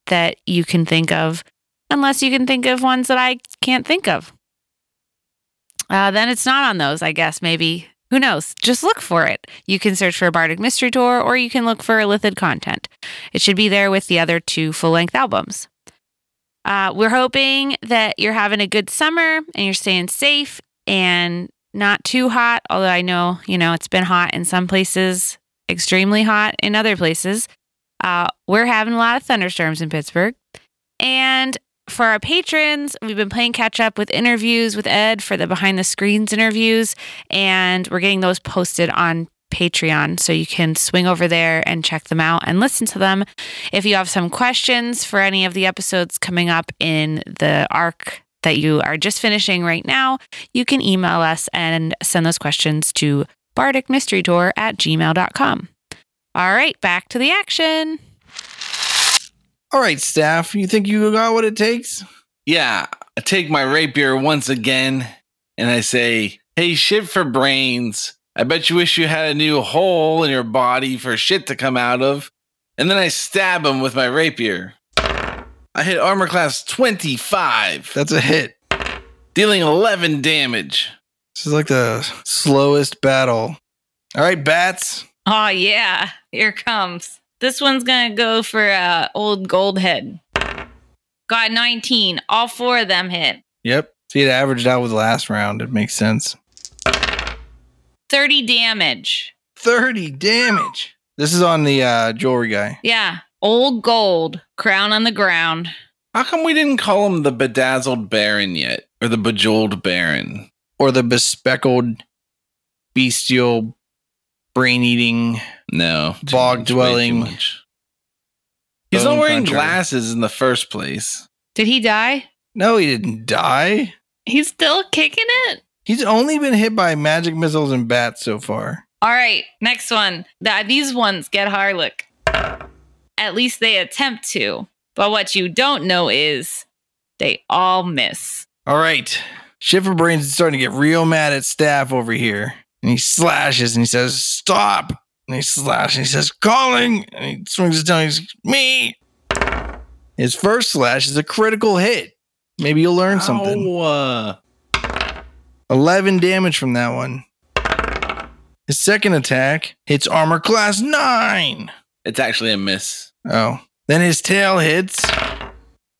that you can think of, unless you can think of ones that I can't think of. Uh, then it's not on those, I guess, maybe. Who knows? Just look for it. You can search for Bardic Mystery Tour or you can look for Lithid content. It should be there with the other two full length albums. Uh, we're hoping that you're having a good summer and you're staying safe and not too hot, although I know, you know, it's been hot in some places, extremely hot in other places. Uh, we're having a lot of thunderstorms in Pittsburgh. And for our patrons, we've been playing catch up with interviews with Ed for the behind the screens interviews, and we're getting those posted on Patreon. So you can swing over there and check them out and listen to them. If you have some questions for any of the episodes coming up in the arc that you are just finishing right now, you can email us and send those questions to bardicmysterytour at gmail.com. All right, back to the action. All right, staff, you think you got what it takes? Yeah, I take my rapier once again and I say, Hey, shit for brains. I bet you wish you had a new hole in your body for shit to come out of. And then I stab him with my rapier. I hit armor class 25, That's a hit. dealing 11 damage. This is like the slowest battle. All right, bats. Oh yeah, here comes. This one's gonna go for uh old gold head. Got 19. All four of them hit. Yep. See, it averaged out with the last round. It makes sense. 30 damage. 30 damage. This is on the uh, jewelry guy. Yeah. Old gold. Crown on the ground. How come we didn't call him the Bedazzled Baron yet? Or the Bejeweled Baron? Or the bespeckled, bestial, brain eating. No. too Bog much, way dwelling. too much. He's Bone not wearing cruncher. glasses in the first place. Did he die? No, he didn't die. He's still kicking it. He's only been hit by magic missiles and bats so far. All right, next one. Th- these ones get Harlock. At least they attempt to. But what you don't know is they all miss. All right. Shiver Brains is starting to get real mad at staff over here. And he slashes and he says, Stop. And he slashes and he says, Calling. And he swings his tongue. He's me. His first slash is a critical hit. Maybe you'll learn something. Ow, uh, 11 damage from that one. His second attack hits armor class 9. it's actually a miss. Oh. Then his tail hits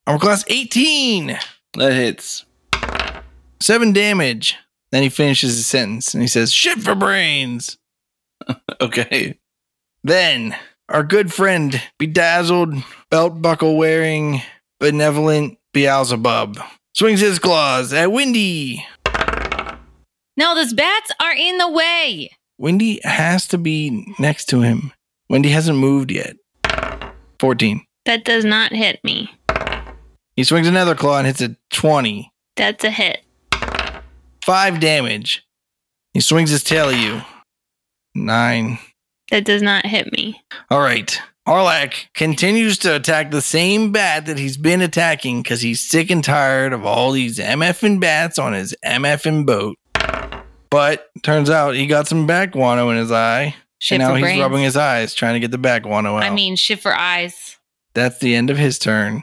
armor class 18. That hits. Seven damage. Then he finishes his sentence and he says, Shit for brains. Okay. Then our good friend, bedazzled, belt buckle wearing, benevolent Beelzebub swings his claws at Wendy. No, those bats are in the way. Wendy has to be next to him. Wendy hasn't moved yet. 14. That does not hit me. He swings another claw and hits a 20. That's a hit. Five damage. He swings his tail at you. Nine. That does not hit me. All right. Arlak continues to attack the same bat that he's been attacking because he's sick and tired of all these MFing bats on his MFing boat. But turns out he got some back guano in his eye. Shit and now for he's brains. rubbing his eyes trying to get the back guano out. I mean, shit for eyes. that's the end of his turn.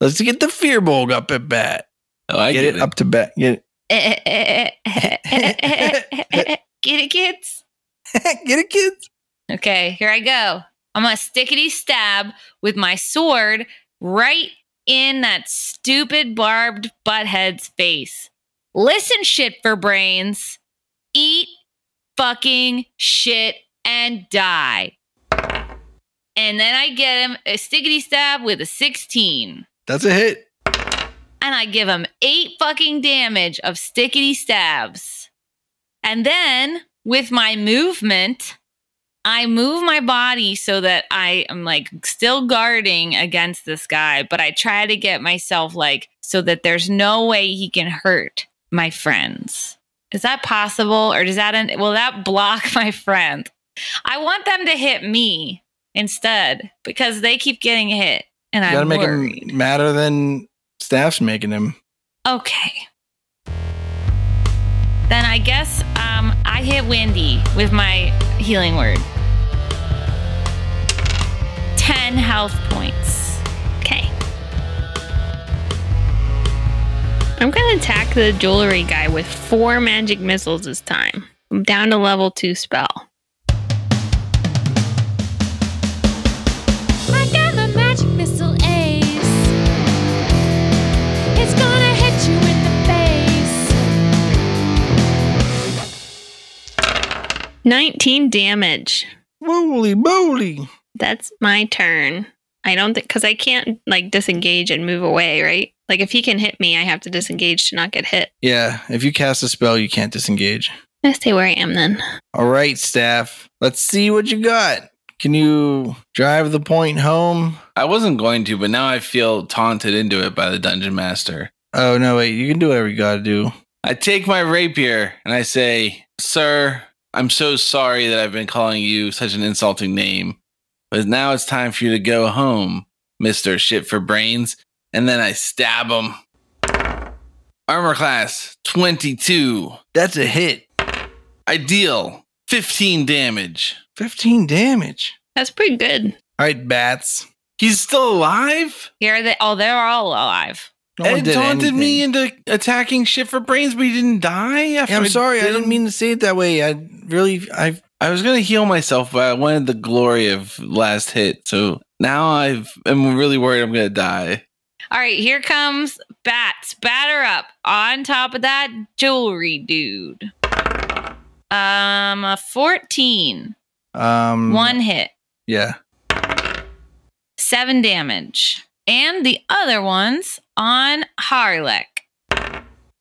Let's get the fear bulg up at bat. Oh, I get, it, up to bat. Get Get it, kids? it. get it, kids. Okay, here I go. I'm gonna stickety stab with my sword right in that stupid barbed butthead's face. Listen, shit for brains. Eat fucking shit and die. And then I get him a stickety stab with a 16. That's a hit. and I give him eight fucking damage of stickety stabs. And then with my movement, I move my body so that I am like still guarding against this guy, but I try to get myself like so that there's no way he can hurt my friends. Is that possible or does that will that block my friend? I want them to hit me instead because they keep getting hit and You gotta I'm make worried. him madder than staff's making him. Okay. Then I guess um, I hit Wendy with my healing word. 10 health points. Okay. I'm going to attack the jewelry guy with four magic missiles this time. down to level two spell. I got my magic missile ace. It's gonna hit you in the face. 19 damage. Moly moly. That's my turn. I don't think, because I can't like disengage and move away, right? Like if he can hit me, I have to disengage to not get hit. Yeah, if you cast a spell, you can't disengage. I stay where I am then. All right, staff. Let's see what you got. Can you drive the point home? I wasn't going to, but now I feel taunted into it by the dungeon master. Oh, no, wait. You can do whatever you got to do. I take my rapier and I say, Sir, I'm so sorry that I've been calling you such an insulting name, but now it's time for you to go home, Mr. Shit for Brains. And then I stab him. Armor class 22. That's a hit. I deal 15 damage. 15 damage. That's pretty good. All right, bats. He's still alive? Here they oh, they're all alive. No one Ed did taunted me anything. into attacking Shit for Brains, but he didn't die? After Yeah, I'm sorry. I did didn't him? mean to say it that way. I really, I I was gonna heal myself, but I wanted the glory of last hit. So now I've, I'm really worried I'm gonna die. All right, here comes bats. Batter up on top of that jewelry dude. Um, a 14. um One hit, Yeah, seven damage. And the other one's on Harlech.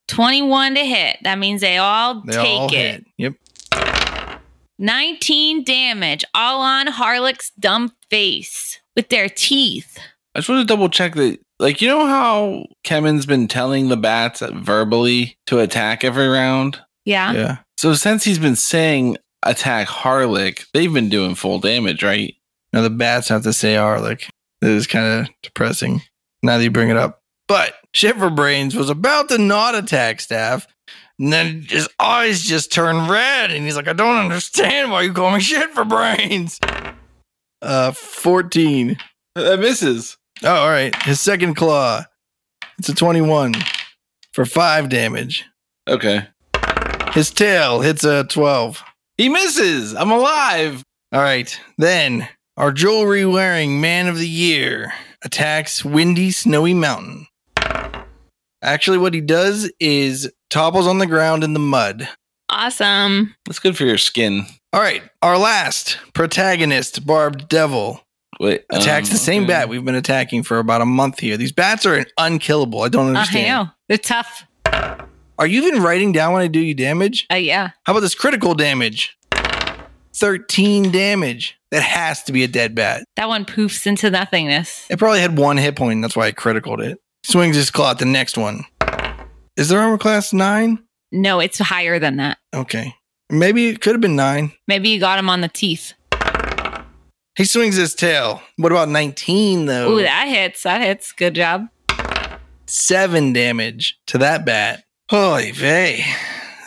21 to hit. That means they all they take all it. hit. Yep. 19 damage, all on Harlech's dumb face with their teeth. I just want to double check that, like, you know how Kevin's been telling the bats verbally to attack every round. Yeah. Yeah. So since he's been saying attack Harlick, they've been doing full damage, right? Now the bats have to say are like this is kind of depressing. Now that you bring it up, but shit for brains was about to not attack staff, and then his eyes just turn red, and he's like, "I don't understand why you call me shit for brains." Uh, fourteen. That misses. Oh, all right. His second claw. It's a twenty-one for five damage. Okay, His tail hits a twelve. he misses. I'm alive. All right. Then our jewelry wearing man of the year attacks windy, snowy mountain. Actually, what he does is topples on the ground in the mud. Awesome. That's good for your skin. All right. Our last protagonist, Barbed Devil, Wait, attacks um, the same okay. bat we've been attacking for about a month here. These bats are unkillable. I don't Uh, I understand. know. They're tough. Are you even writing down when I do you damage? Uh, yeah. How about this critical damage? 13 damage. That has to be a dead bat. That one poofs into nothingness. It probably had one hit point. That's why I criticaled it. Swings his claw at the next one. Is there armor class nine? No, it's higher than that. Okay. Maybe it could have been nine. Maybe you got him on the teeth. He swings his tail. What about 19, though? Ooh, that hits. That hits. Good job. Seven damage to that bat. Holy vey.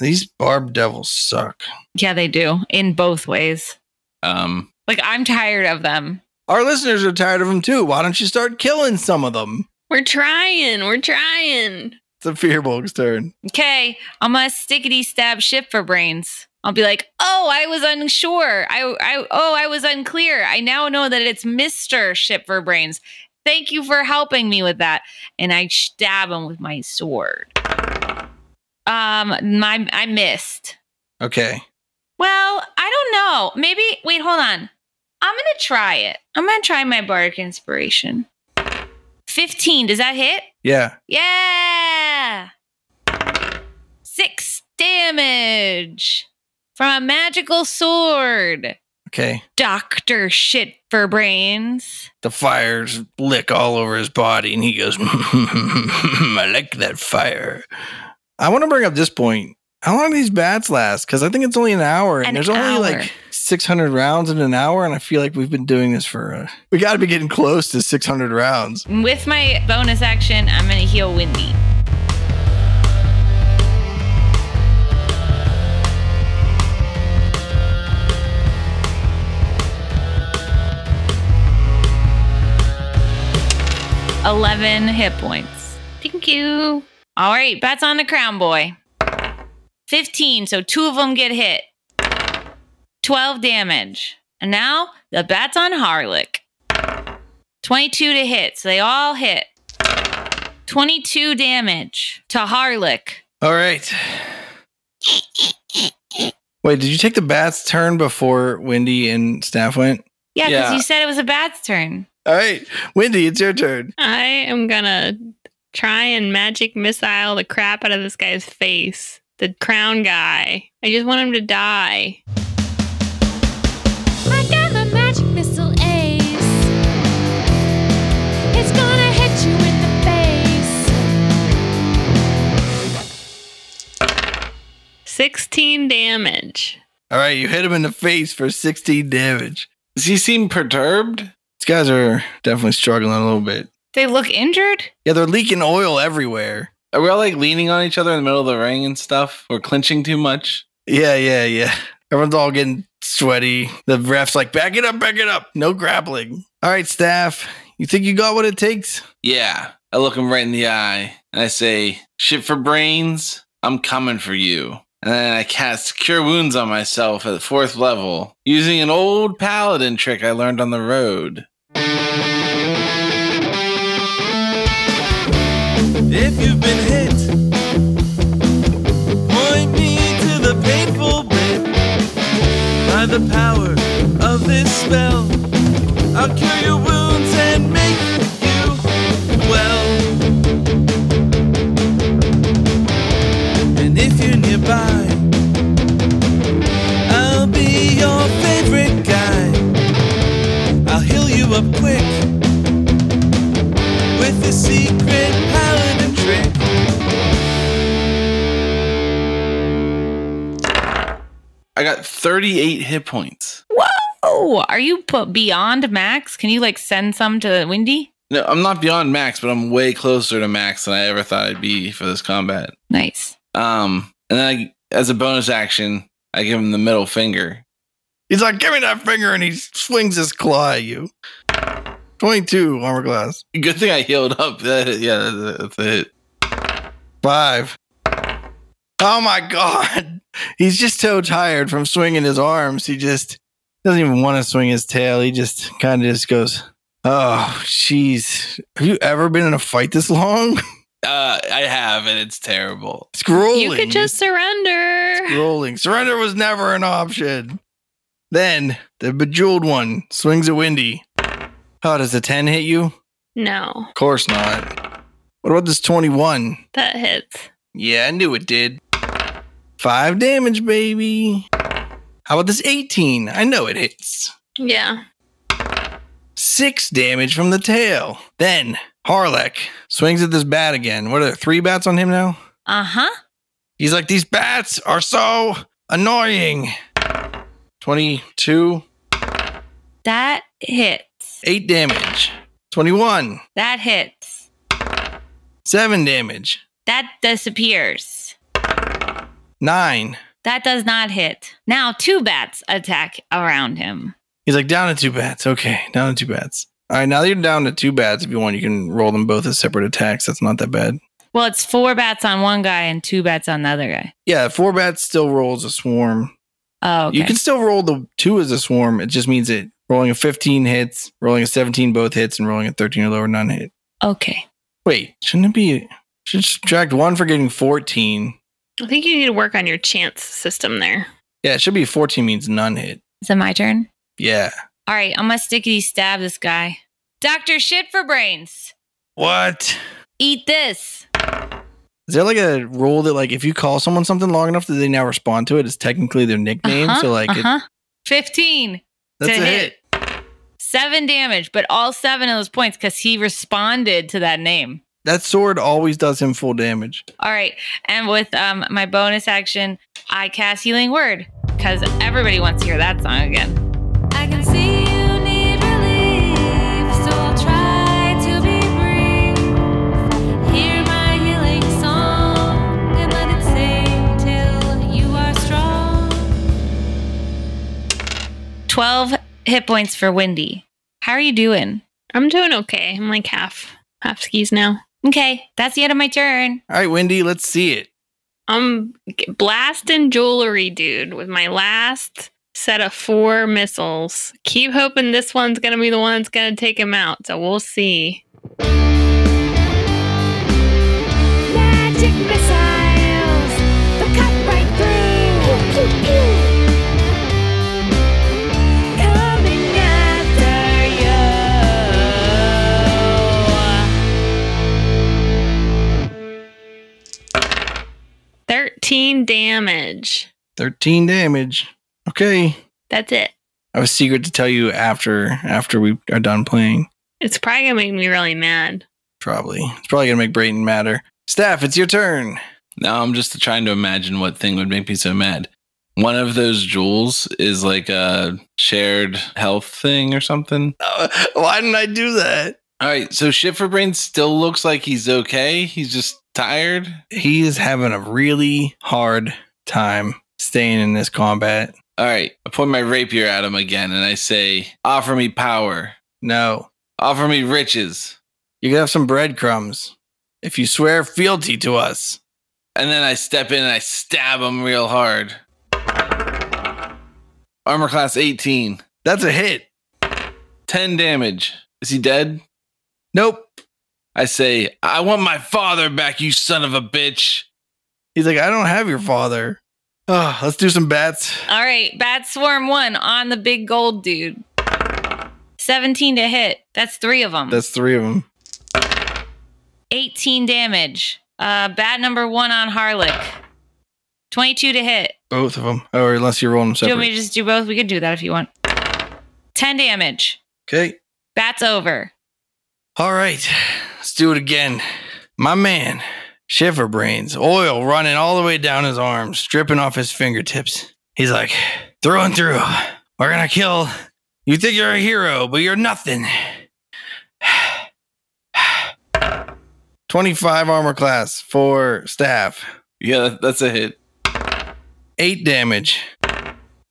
These barb devils suck. Yeah, they do in both ways. Um, Like, I'm tired of them. Our listeners are tired of them, too. Why don't you start killing some of them? We're trying. We're trying. It's a Fearbulg's turn. Okay, I'm gonna stickety stab shit for brains. I'll be like, oh, I was unsure. I, I, oh, I was unclear. I now know that it's Mister Shit for Brains. Thank you for helping me with that. And I stab him with my sword. Um, my, I missed. Okay. Well, I don't know. Maybe wait, hold on. I'm gonna try it. I'm gonna try my bardic inspiration. Fifteen. Does that hit? Yeah. Yeah. Six damage from a magical sword. Okay. Doctor shit for brains. the fires lick all over his body and he goes "Hmm, i like that fire i want to bring up this point how long do these bats last because i think it's only an hour and An there's only hour. like 600 rounds in an hour and i feel like we've been doing this for uh, we got to be getting close to 600 rounds With my bonus action, I'm gonna heal Windy. Eleven hit points. Thank you. All right, bats on the crown, boy. Fifteen, so two of them get hit. 12 damage. And now the bat's on Harlick. 22 to hit, so they all hit. 22 damage to Harlick. All right. Wait, did you take the bat's turn before Wendy and Staff went? Yeah, because Yeah. you said it was a bat's turn. All right, Wendy, it's your turn. I am gonna try and magic missile the crap out of this guy's face. The crown guy. I just want him to die. I got my magic missile ace. It's gonna hit you in the face. 16 damage. All right, you hit him in the face for 16 damage. Does he seem perturbed? These guys are definitely struggling a little bit. They look injured? Yeah, they're leaking oil everywhere. Are we all like leaning on each other in the middle of the ring and stuff? We're clinching too much. Yeah, yeah, yeah. Everyone's all getting sweaty. The ref's like, back it up, back it up. No grappling. All right, staff, you think you got what it takes? Yeah. I look him right in the eye and I say, Shit for brains, I'm coming for you. And then I cast Cure Wounds on myself at the fourth level using an old paladin trick I learned on the road. If you've been hit, point me to the painful bit. By the power of this spell, I'll cure your wounds and make you well. And if you're nearby, I'll be your favorite guy. I'll heal you up quick with a secret paladin trick. I got 38 hit points. Oh, are you put beyond max? Can you like send some to Windy? No, I'm not beyond max, but I'm way closer to max than I ever thought I'd be for this combat. Nice. Um, and then I, as a bonus action, I give him the middle finger. He's like, give me that finger, and he swings his claw at you. 22 armor class. Good thing I healed up. That, yeah, that- that's a hit. Five. Oh my God. He's just so tired from swinging his arms. He just doesn't even want to swing his tail. He just kind of just goes, oh, jeez. Have you ever been in a fight this long? Uh, I have, and it's terrible. Scrolling. You could just surrender. Rolling. Surrender was never an option. Then the bejeweled one swings at Wendy. Oh, does the 10 hit you? Of No, course not. What about this 21? that hits. Yeah, I knew it did. Five damage, baby. How about this 18? I know it hits. Yeah. Six damage from the tail. Then Harlech swings at this bat again. What are there? Three bats on him now? Uh huh. He's like, these bats are so annoying. 22, That hits. 8 damage. 21, That hits. 7 damage. That disappears. 9. That does not hit. Now two bats attack around him. He's like, down to 2 bats. Okay, down to 2 bats. All right, now that you're down to 2 bats, if you want, you can roll them both as separate attacks. That's not that bad. Well, it's four bats on one guy and two bats on the other guy. Yeah, 4 bats still rolls a swarm. Oh, okay. You can still roll the 2 as a swarm. It just means it rolling a 15 hits, rolling a 17 both hits, and rolling a 13 or lower non hit. okay. Wait, shouldn't it be? Should subtract one for getting 14. I think you need to work on your chance system there. Yeah, it should be 14 means none hit. Is it my turn? Yeah. All right, I'm gonna stickety stab this guy. Doctor shit for brains. What? Eat this. Is there like a rule that like if you call someone something long enough that they now respond to it, it's technically their nickname? Uh-huh, so like it, uh-huh. 15. that's to a hit. hit. Seven damage, but all seven of those points because he responded to that name. That sword always does him full damage. All right. And with um, my bonus action, I cast Healing Word because everybody wants to hear that song again. I can see you need relief, so I'll try to be brief. Hear my healing song and let it sing till you are strong. 12 hit points for Wendy. How are you doing? I'm doing okay. I'm like half half skis now. Okay. That's the end of my turn. All right, Wendy, let's see it. I'm g- blasting jewelry, dude, with my last set of four missiles. Keep hoping this one's going to be the one that's going to take him out. So we'll see. Magic missiles, they'll cut right through. Coming after you. Thirteen damage. 13 damage. Okay. That's it. I have a secret to tell you after after we are done playing. It's probably gonna make me really mad. Probably. It's probably gonna make Brayton madder. Staff, it's your turn. Now I'm just trying to imagine what thing would make me so mad. One of those jewels is like a shared health thing or something. Uh, why didn't I do that? All right, so Shit for Brain still looks like he's okay. He's just tired. He is having a really hard time staying in this combat. All right, I point my rapier at him again and I say, Offer me power. No. Offer me riches. You could have some breadcrumbs if you swear fealty to us. And then I step in and I stab him real hard. Armor class 18, That's a hit. 10 damage. Is he dead? Nope. I say, I want my father back, you son of a bitch. He's like, I don't have your father. Oh, let's do some bats. All right, Bat Swarm 1 on the big gold dude. 17 to hit. That's three of them. That's three of them. 18 damage. Uh, bat number 1 on Harlech. 22 to hit. Both of them. Or unless you're rolling them Do you want me separate. to just do both? We could do that if you want. 10 damage. Okay. Bat's over. All right. Let's do it again. My man, Shiver Brains, oil running all the way down his arms, stripping off his fingertips. He's like, through and through. We're going to kill. You think you're a hero, but you're nothing. 25 armor class for staff. Yeah, that- that's a hit. 8 damage.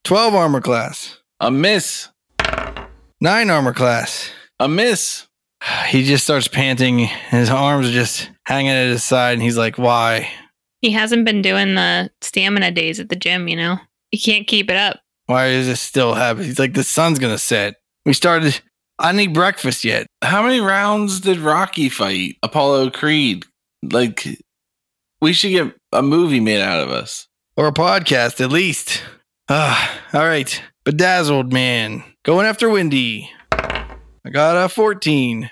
12 armor class. A miss. 9 armor class. A miss. He just starts panting. and His arms are just hanging at his side, and he's like, "Why? He hasn't been doing the stamina days at the gym, you know? He can't keep it up. Why is this still happening?" He's like, "The sun's gonna set. We started. I need breakfast yet." How many rounds did Rocky fight Apollo Creed? Like, we should get a movie made out of us. or a podcast at least. Ah, all right. Bedazzled man. Going after Wendy. I got a 14.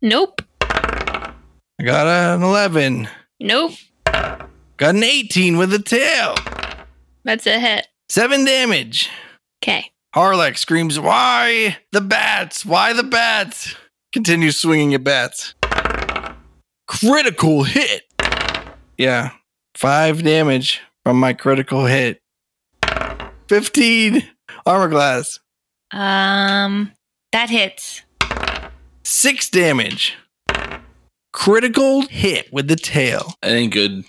Nope. I got an 11. Nope. Got an 18 with a tail. That's a hit. 7 damage. Okay. Harlech screams, Why the bats? Why the bats? Continues swinging at bats. Critical hit. Yeah. Five damage from my critical hit. 15 armor glass. Um, that hits. Six damage. Critical hit with the tail. That ain't good.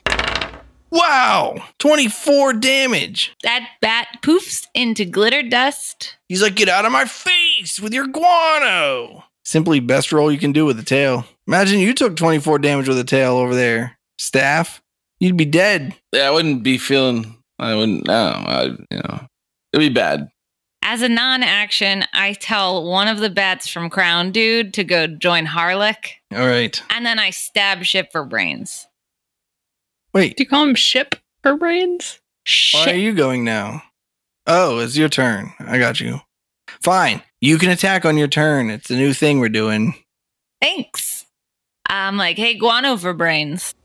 Wow. 24 damage. That bat poofs into glitter dust. He's like, get out of my face with your guano. Simply best roll you can do with a tail. Imagine you took 24 damage with a tail over there. Staff, you'd be dead. Yeah, I wouldn't be feeling. I wouldn't. No, I, you know, it'd be bad. As a non action, I tell one of the bats from Crown Dude to go join Harlech, All right. and then I stab Ship for brains. Wait, Do you call him ship for brains? why are Shit. you going now? Oh, it's your turn. I got you. Fine. You can attack on your turn. It's a new thing we're doing. Thanks. I'm like, hey, guano for brains.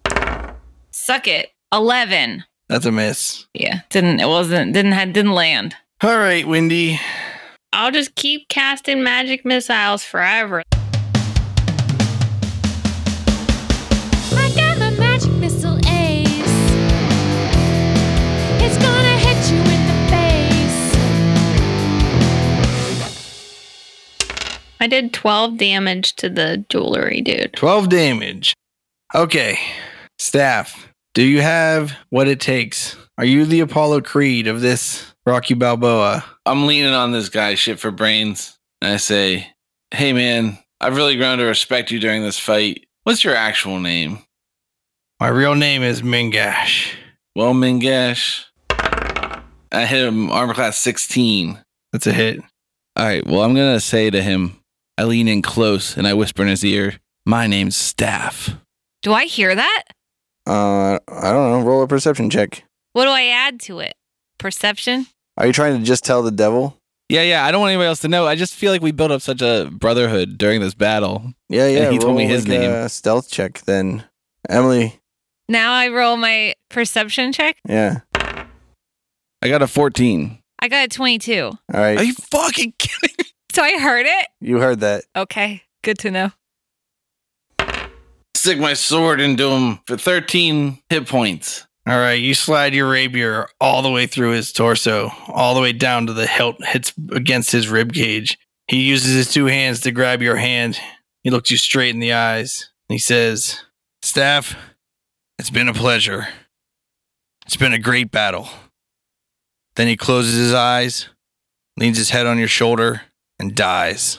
Suck it. 11. That's a miss. Yeah, didn't, it wasn't, didn't, had, didn't land. All right, Wendy. I'll just keep casting magic missiles forever. I got my magic missile ace. It's gonna hit you in the face. I did 12 damage to the jewelry dude. 12 damage. Okay. Staff, do you have what it takes? Are you the Apollo Creed of this Rocky Balboa? I'm leaning on this guy, shit for brains. And I say, hey, man, I've really grown to respect you during this fight. What's your actual name? My real name is Mingash. Well, Mingash, I hit him armor class 16. That's a hit. All right. Well, I'm going to say to him, I lean in close and I whisper in his ear, My name's Staff. Do I hear that? Uh, I don't know. Roll a perception check. What do I add to it? Perception? Are you trying to just tell the devil? Yeah, yeah. I don't want anybody else to know. I just feel like we built up such a brotherhood during this battle. Yeah, yeah. he told me roll, his name. A stealth check then. Emily, Now I roll my perception check. yeah. I got a 14. I got a 22. All right. Are you fucking kidding? me? So I heard it. you heard that. Okay. Good to know. Stick my sword into him for 13 hit points. All right, you slide your rapier all the way through his torso, all the way down to the hilt, hits against his rib cage. He uses his two hands to grab your hand. He looks you straight in the eyes. And he says, Staff, it's been a pleasure. It's been a great battle. Then he closes his eyes, leans his head on your shoulder, and dies.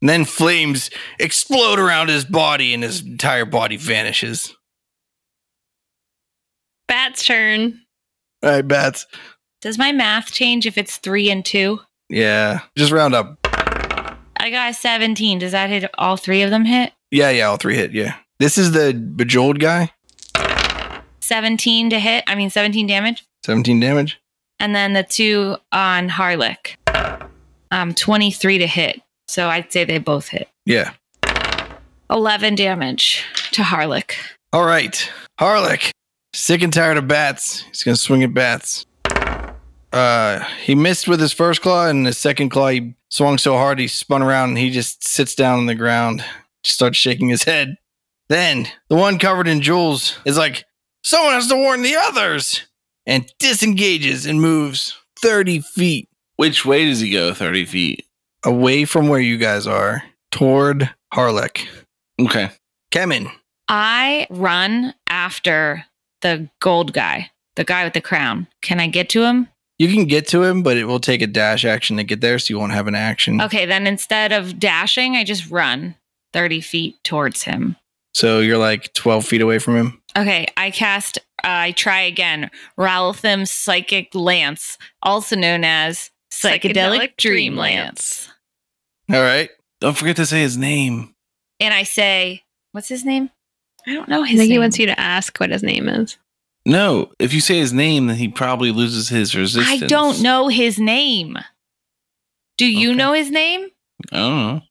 And then flames explode around his body, and his entire body vanishes. Bat's turn. All right, bats. Does my math change if it's three and two? Yeah. Just round up. I got a 17. Does that hit all three of them hit? Yeah, yeah, all three hit. Yeah. This is the bejeweled guy. 17 to hit. I mean, 17 damage. 17 damage. And then the two on Harlech. Um, 23 to hit. So I'd say they both hit. Yeah. 11 damage to Harlech. All right. Harlech. Sick and tired of bats. He's going to swing at bats. Uh, he missed with his first claw, and his second claw, he swung so hard he spun around and he just sits down on the ground, just starts shaking his head. Then the one covered in jewels is like, Someone has to warn the others! And disengages and moves 30 feet Which way does he go 30 feet? away from where you guys are toward Harlech. Okay. Kemen. I run after the gold guy, the guy with the crown. Can I get to him? You can get to him, but it will take a dash action to get there, so you won't have an action. Okay, then instead of dashing, I just run 30 feet towards him. So you're like 12 feet away from him. Okay, I cast, I try again, Ralthim's Psychic Lance, also known as Psychedelic, Psychedelic Dream, Dream Lance. All right. Don't forget to say his name. And I say, what's his name? I don't know I his think name. he wants you to ask what his name is. No, if you say his name, then he probably loses his I resistance. don't know his name. Do you Okay. know his name? I don't know.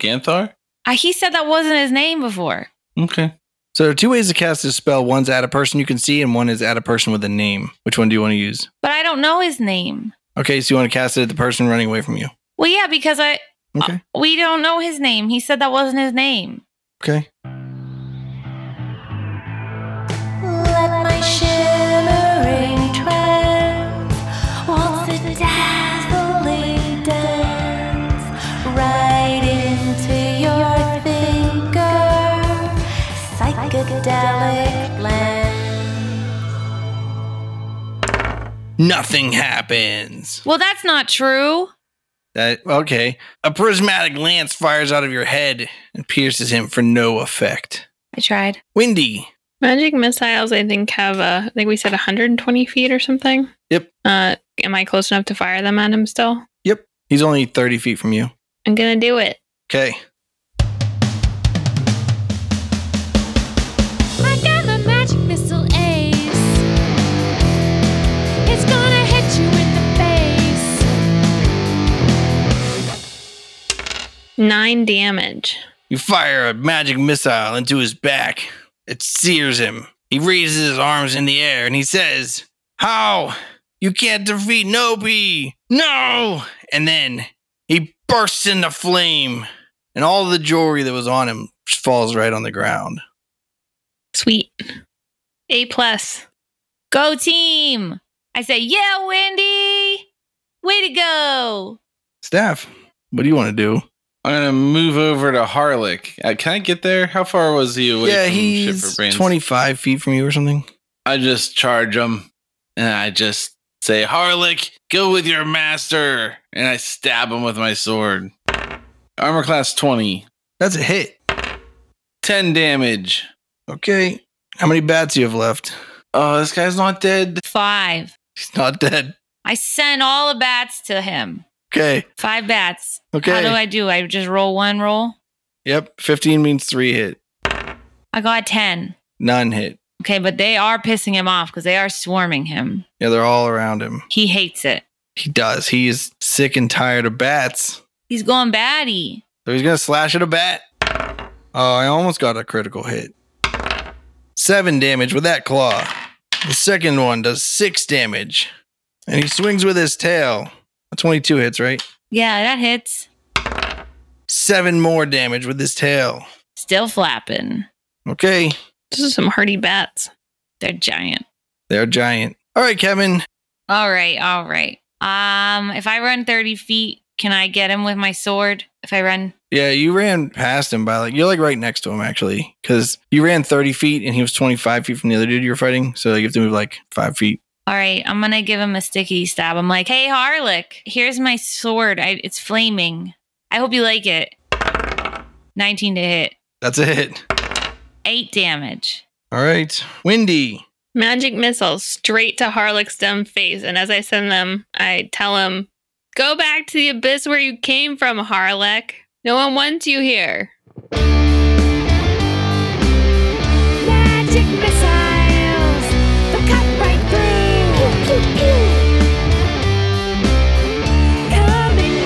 Ganthar? Uh, he said that wasn't his name before. Okay. So there are two ways to cast this spell. One's at a person you can see, and one is at a person with a name. Which one do you want to use? But I don't know his name. Okay, so you want to cast it at the person running away from you. Well, yeah, because I Okay. uh, we don't know his name. He said that wasn't his name. Okay. Let my shimmering trance waltz a dazzling dance right into your finger, psychedelic land. Nothing happens. Well, that's not true. That okay. A prismatic lance fires out of your head and pierces him for no effect. I tried. Windy. Magic missiles, I think, have a, I think we said 120 feet or something. Yep. Uh, am I close enough to fire them at him still? He's only 30 feet from you. I'm going to do it. Okay. I got the magic missile ace. It's gonna hit you in the face. Nine damage. You fire a magic missile into his back. It sears him. He raises his arms in the air and he says, How? You can't defeat Nobi! No! And then he bursts into flame, and all the jewelry that was on him just falls right on the ground. Sweet. A plus. Go team. I say, yeah, Wendy. Way to go. Staff, what do you want to do? I'm going to move over to Harlech. Uh, can I get there? How far was he away yeah, from he's Shipper Brains? 25 feet from you or something. I just charge him and I just say, Harlech, go with your master. And I stab him with my sword. Armor class 20, That's a hit. 10 damage. Okay. How many bats you have left? Oh, this guy's not dead. Five. He's not dead. I send all the bats to him. Okay. Five bats. Okay. How do I do? I just roll one roll. Yep. 15 means three hit, I got 10. none hit. Okay, but they are pissing him off because they are swarming him. Yeah, they're all around him. He hates it. He does. He is sick and tired of bats. He's going batty. So he's going to slash at a bat. Oh, I almost got a critical hit. Seven damage with that claw. The second one does six damage. And he swings with his tail. 22 hits, right? Yeah, that hits. Seven more damage with his tail. Still flapping. Okay. This is some hardy bats. They're giant. They're giant. All right, Kevin. All right, all right. Um, if I run 30 feet, can I get him with my sword? If I run, Yeah, you ran past him by like, you're like right next to him actually. Cause you ran 30 feet and he was 25 feet from the other dude you were fighting. So you have to move like five feet. all right, I'm gonna give him a sticky stab. I'm like, hey, Harlech, here's my sword. I, it's flaming. I hope you like it. 19 to hit, That's a hit. eight damage. All right. Windy. Magic missiles straight to Harlech's dumb face. And as I send them, I tell him, Go back to the abyss where you came from, Harlech. No one wants you here. Magic missiles, they'll cut right through. Coming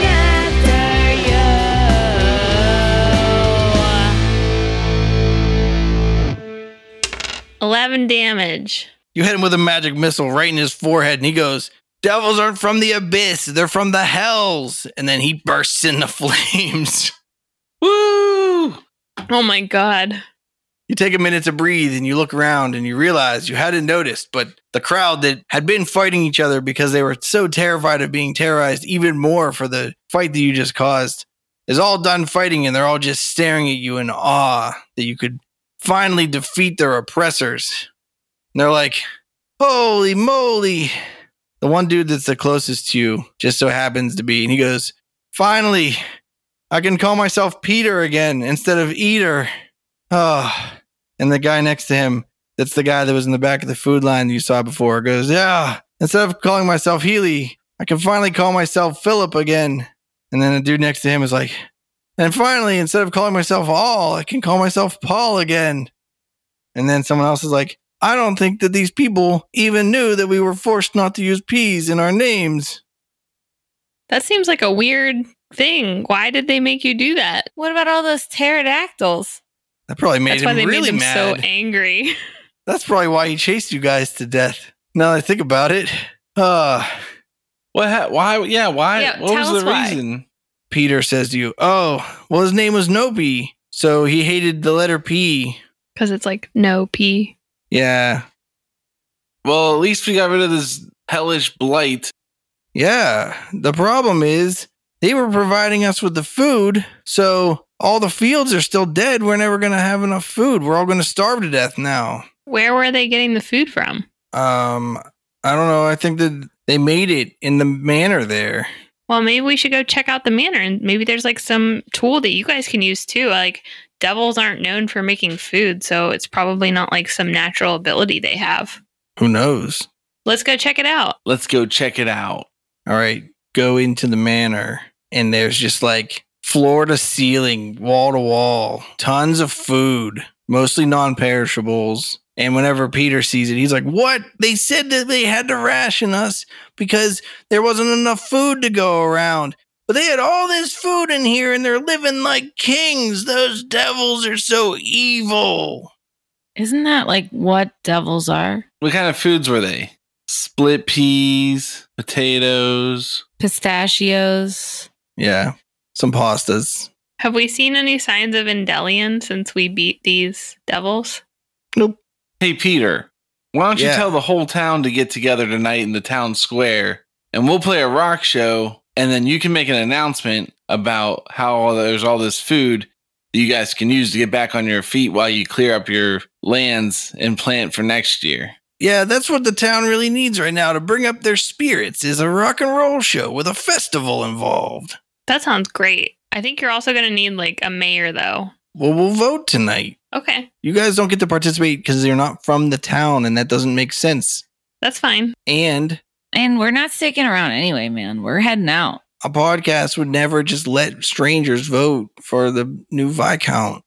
after you. 11 damage. You hit him with a magic missile right in his forehead and he goes, Devils aren't from the abyss. They're from the hells. And then he bursts into flames. Woo! Oh my god. You take a minute to breathe and you look around and you realize you hadn't noticed, but the crowd that had been fighting each other because they were so terrified of being terrorized even more for the fight that you just caused is all done fighting and they're all just staring at you in awe that you could finally defeat their oppressors. And they're like, holy moly. The one dude that's the closest to you just so happens to be, and he goes, finally, I can call myself Peter again instead of Eater. Oh, and the guy next to him, that's the guy that was in the back of the food line that you saw before, goes, Yeah, instead of calling myself Healy, I can finally call myself Philip again. And then the dude next to him is like, And finally, instead of calling myself All, I can call myself Paul again. And then someone else is like, I don't think that these people even knew that we were forced not to use P's in our names. That seems like a weird thing. Why did they make you do that? What about all those pterodactyls? That probably made That's why him they really made him mad. so angry. That's probably why he chased you guys to death. Now that I think about it, uh, What? Ha- why? Yeah. Why? Yeah, what was tell us the why. reason? Peter says to you, Oh, well, his name was Nopi, so he hated the letter P. Because it's like, no, P. Yeah. Well, at least we got rid of this hellish blight. Yeah. The problem is they were providing us with the food, so all the fields are still dead. We're never going to have enough food. We're all going to starve to death now. Where were they getting the food from? Um, I don't know. I think that they made it in the manor there. Well, maybe we should go check out the manor and maybe there's like some tool that you guys can use too. Like devils aren't known for making food, so it's probably not like some natural ability they have. Who knows? Let's go check it out. Let's go check it out. All right, go into the manor, and there's just like floor to ceiling, wall to wall, tons of food, mostly non perishables. And whenever Peter sees it, he's like, What? They said that they had to ration us because there wasn't enough food to go around. But they had all this food in here and they're living like kings. Those devils are so evil. Isn't that like what devils are? What kind of foods were they? Split peas, potatoes. Pistachios. Yeah, some pastas. Have we seen any signs of Endelion since we beat these devils? Hey, Peter, why don't you Yeah. tell the whole town to get together tonight in the town square and we'll play a rock show and then you can make an announcement about how all there's all this food that you guys can use to get back on your feet while you clear up your lands and plant for next year. Yeah, that's what the town really needs right now to bring up their spirits is a rock and roll show with a festival involved. That sounds great. I think you're also going to need like a mayor though. Well, we'll vote tonight. Okay, You guys don't get to participate because you're not from the town and that doesn't make sense. that's fine. And And we're not sticking around anyway, man. We're heading out. A podcast would never just let strangers vote for the new Viscount.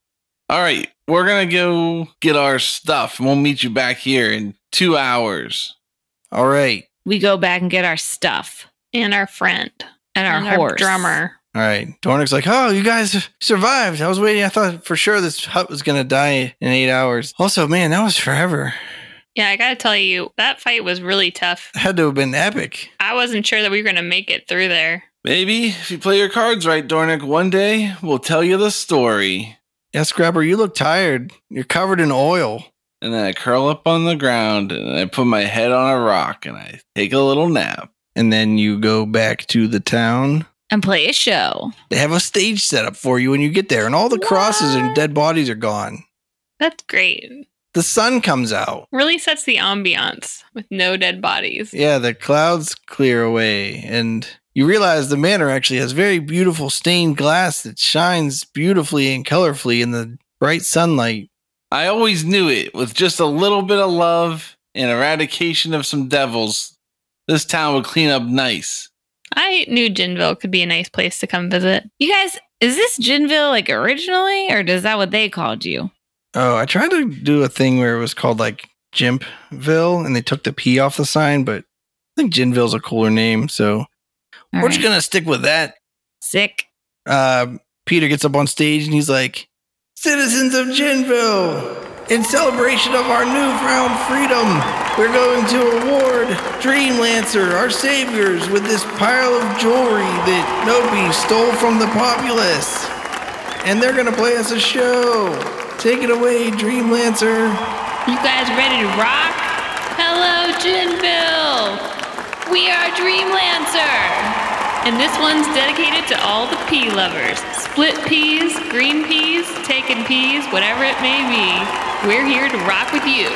All right, we're gonna go get our stuff, and we'll meet you back here in two hours. All right. We go back and get our stuff and our friend and our and horse. drummer. All right. Dornick's like, oh, you guys survived. I was waiting. I thought for sure this hut was going to die in eight hours. Also, man, that was forever. Yeah, I gotta tell you, that fight was really tough. Had to have been epic. I wasn't sure that we were gonna make it through there. Maybe if you play your cards right, Dornick, one day we'll tell you the story. Yeah, Scrapper, you look tired. You're covered in oil. And then I curl up on the ground and I put my head on a rock and I take a little nap. And then you go back to the town. and play a show. They have a stage set up for you when you get there, and all the crosses and What? dead bodies are gone. That's great. The sun comes out. Really sets the ambiance with no dead bodies. Yeah, the clouds clear away, and you realize the manor actually has very beautiful stained glass that shines beautifully and colorfully in the bright sunlight. I always knew it with just a little bit of love and eradication of some devils. This town would clean up nice. I knew Ginville could be a nice place to come visit. You guys, is this Ginville like originally, or is that what they called you? Oh, I tried to do a thing where it was called like Jimpville, and they took the P off the sign, but I think Jinville's a cooler name, so All we're right. just gonna stick with that. Sick. uh, Peter gets up on stage and he's like, Citizens of Jinville, in celebration of our newfound freedom, we're going to award Dreamlancer, our saviors, with this pile of jewelry that Nobi stole from the populace. And they're going to play us a show. Take it away, Dreamlancer. You guys ready to rock? Hello, Ginville! We are Dreamlancer! And this one's dedicated to all the pea lovers. Split peas, green peas, taken peas, whatever it may be. We're here to rock with you.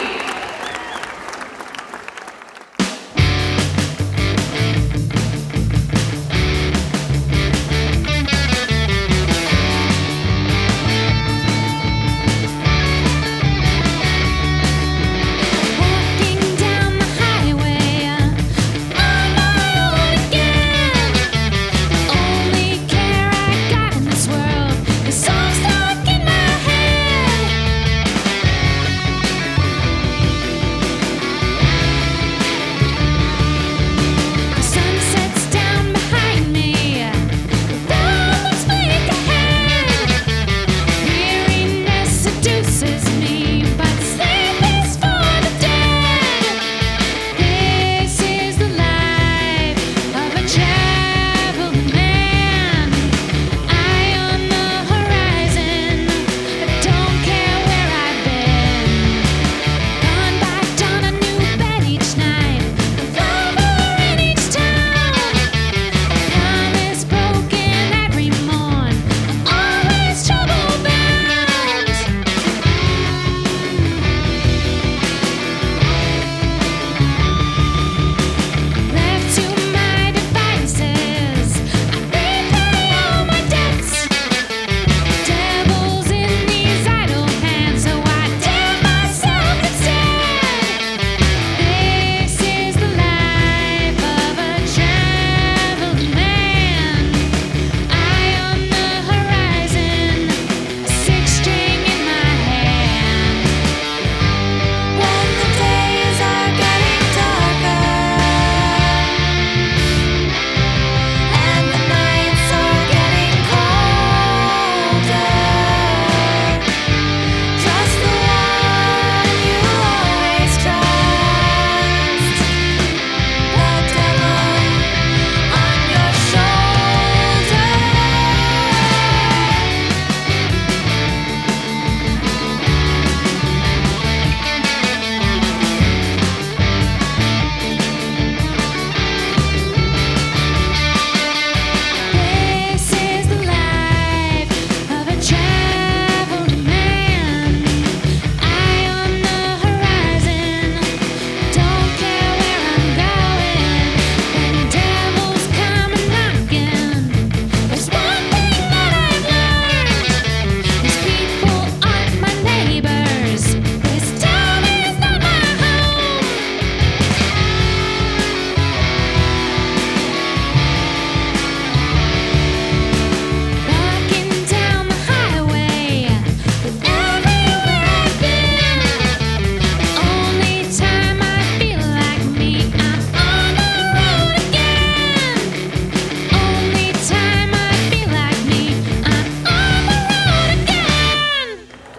Walking down the highway, on my own again. The only care I got in this world is songs stuck in my head.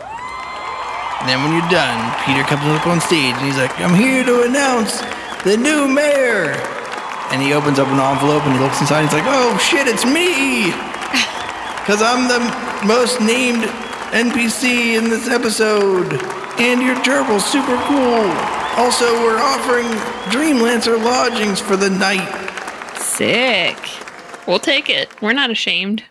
And then when you're done, Peter comes up on stage and he's like, I'm here to announce the new mayor. And he opens up an envelope and he looks inside and he's like, oh shit, it's me. Because I'm the most named NPC in this episode. And your gerbil's super cool. Also, we're offering Dreamlancer lodgings for the night. Sick. We'll take it. We're not ashamed.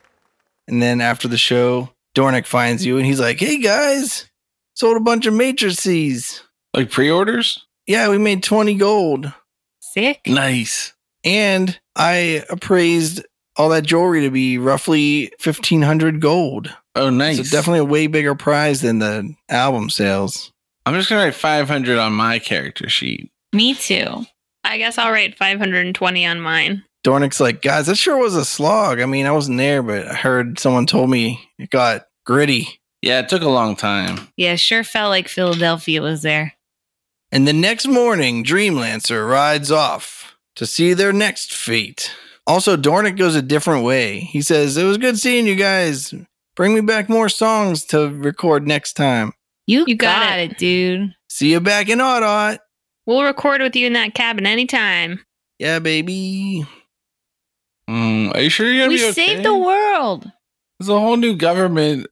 And then after the show, Dornick finds you and he's like, hey guys, sold a bunch of matrices. Like pre-orders? Yeah, we made 20 gold. Sick. Nice. And I appraised all that jewelry to be roughly 1500 gold. Oh, nice. So definitely a way bigger prize than the album sales. I'm just gonna write 500 on my character sheet. Me too. I guess I'll write 520 on mine. Dornick's like, guys, that sure was a slog. I mean, I wasn't there, but I heard someone told me it got gritty. Yeah, it took a long time. Yeah, sure felt like Philadelphia was there. And the next morning, Dreamlancer rides off to see their next fate. Also, Dornick goes a different way. He says, It was good seeing you guys. Bring me back more songs to record next time. You, You got got, it. dude. See you back in Audaut. We'll record with you in that cabin anytime. Yeah, baby. Mm, are you sure you're gonna We be okay? saved the world. There's a whole new government.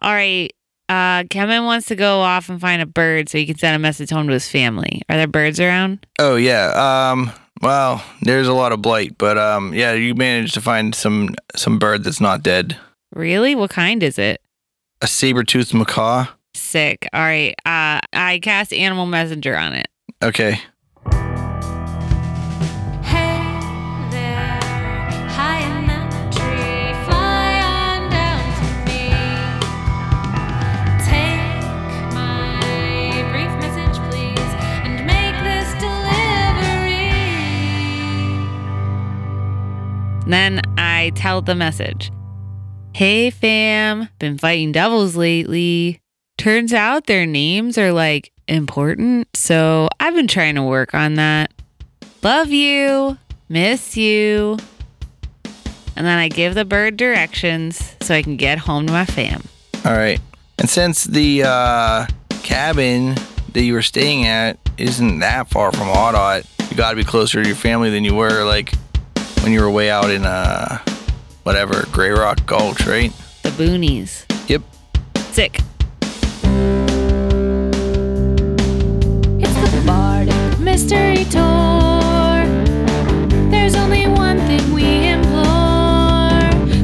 All right. Uh, Kevin wants to go off and find a bird so he can send a message home to his family. Are there birds around? Oh yeah. Um well, there's a lot of blight, but um yeah, you managed to find some some bird that's not dead. Really? What kind is it? A saber-toothed macaw. Sick. All right. Uh, I cast animal messenger on it. Okay. Hey there, high in that tree, fly on down to me. Take my brief message, please, and make this delivery. Then I tell the message. Hey fam, been fighting devils lately. Turns out their names are like important, so I've been trying to work on that. Love you, miss you. And then I give the bird directions so I can get home to my fam. All right. And since the uh cabin that you were staying at isn't that far from Audaut, you got to be closer to your family than you were like when you were way out in uh whatever, Grey Rock Gulch, right? The boonies. Yep. Sick. It's the Bardic Mystery Tour. There's only one thing we implore.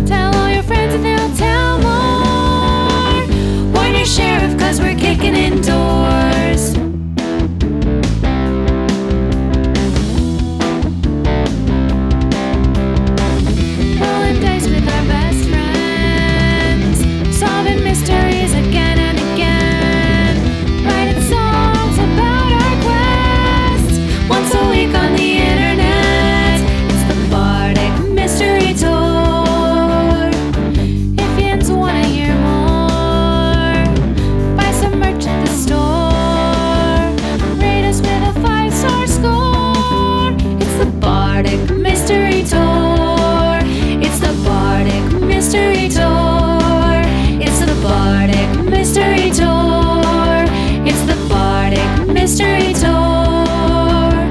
Tell all your friends and they'll tell more. Warn your sheriff, cause we're kicking in doors. Rolling dice with our best friends. Solving mysteries again and again. Writing songs about our quest. Once a week on the internet. It's the Bardic Mystery Tour. If yins wanna hear more, buy some merch at the store. Rate us with a five star score. It's the Bardic Mystery Tour. It's the Bardic Mystery Tour. It's the Bardic Mystery Tour. It's the Bardic Mystery Tour.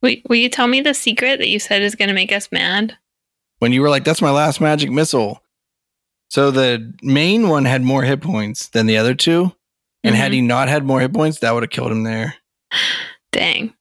Will, will you tell me the secret that you said is going to make us mad? when you were like, that's my last magic missile. So the main one had more hit points than the other two. And had he not had more hit points, that would have killed him there. Dang.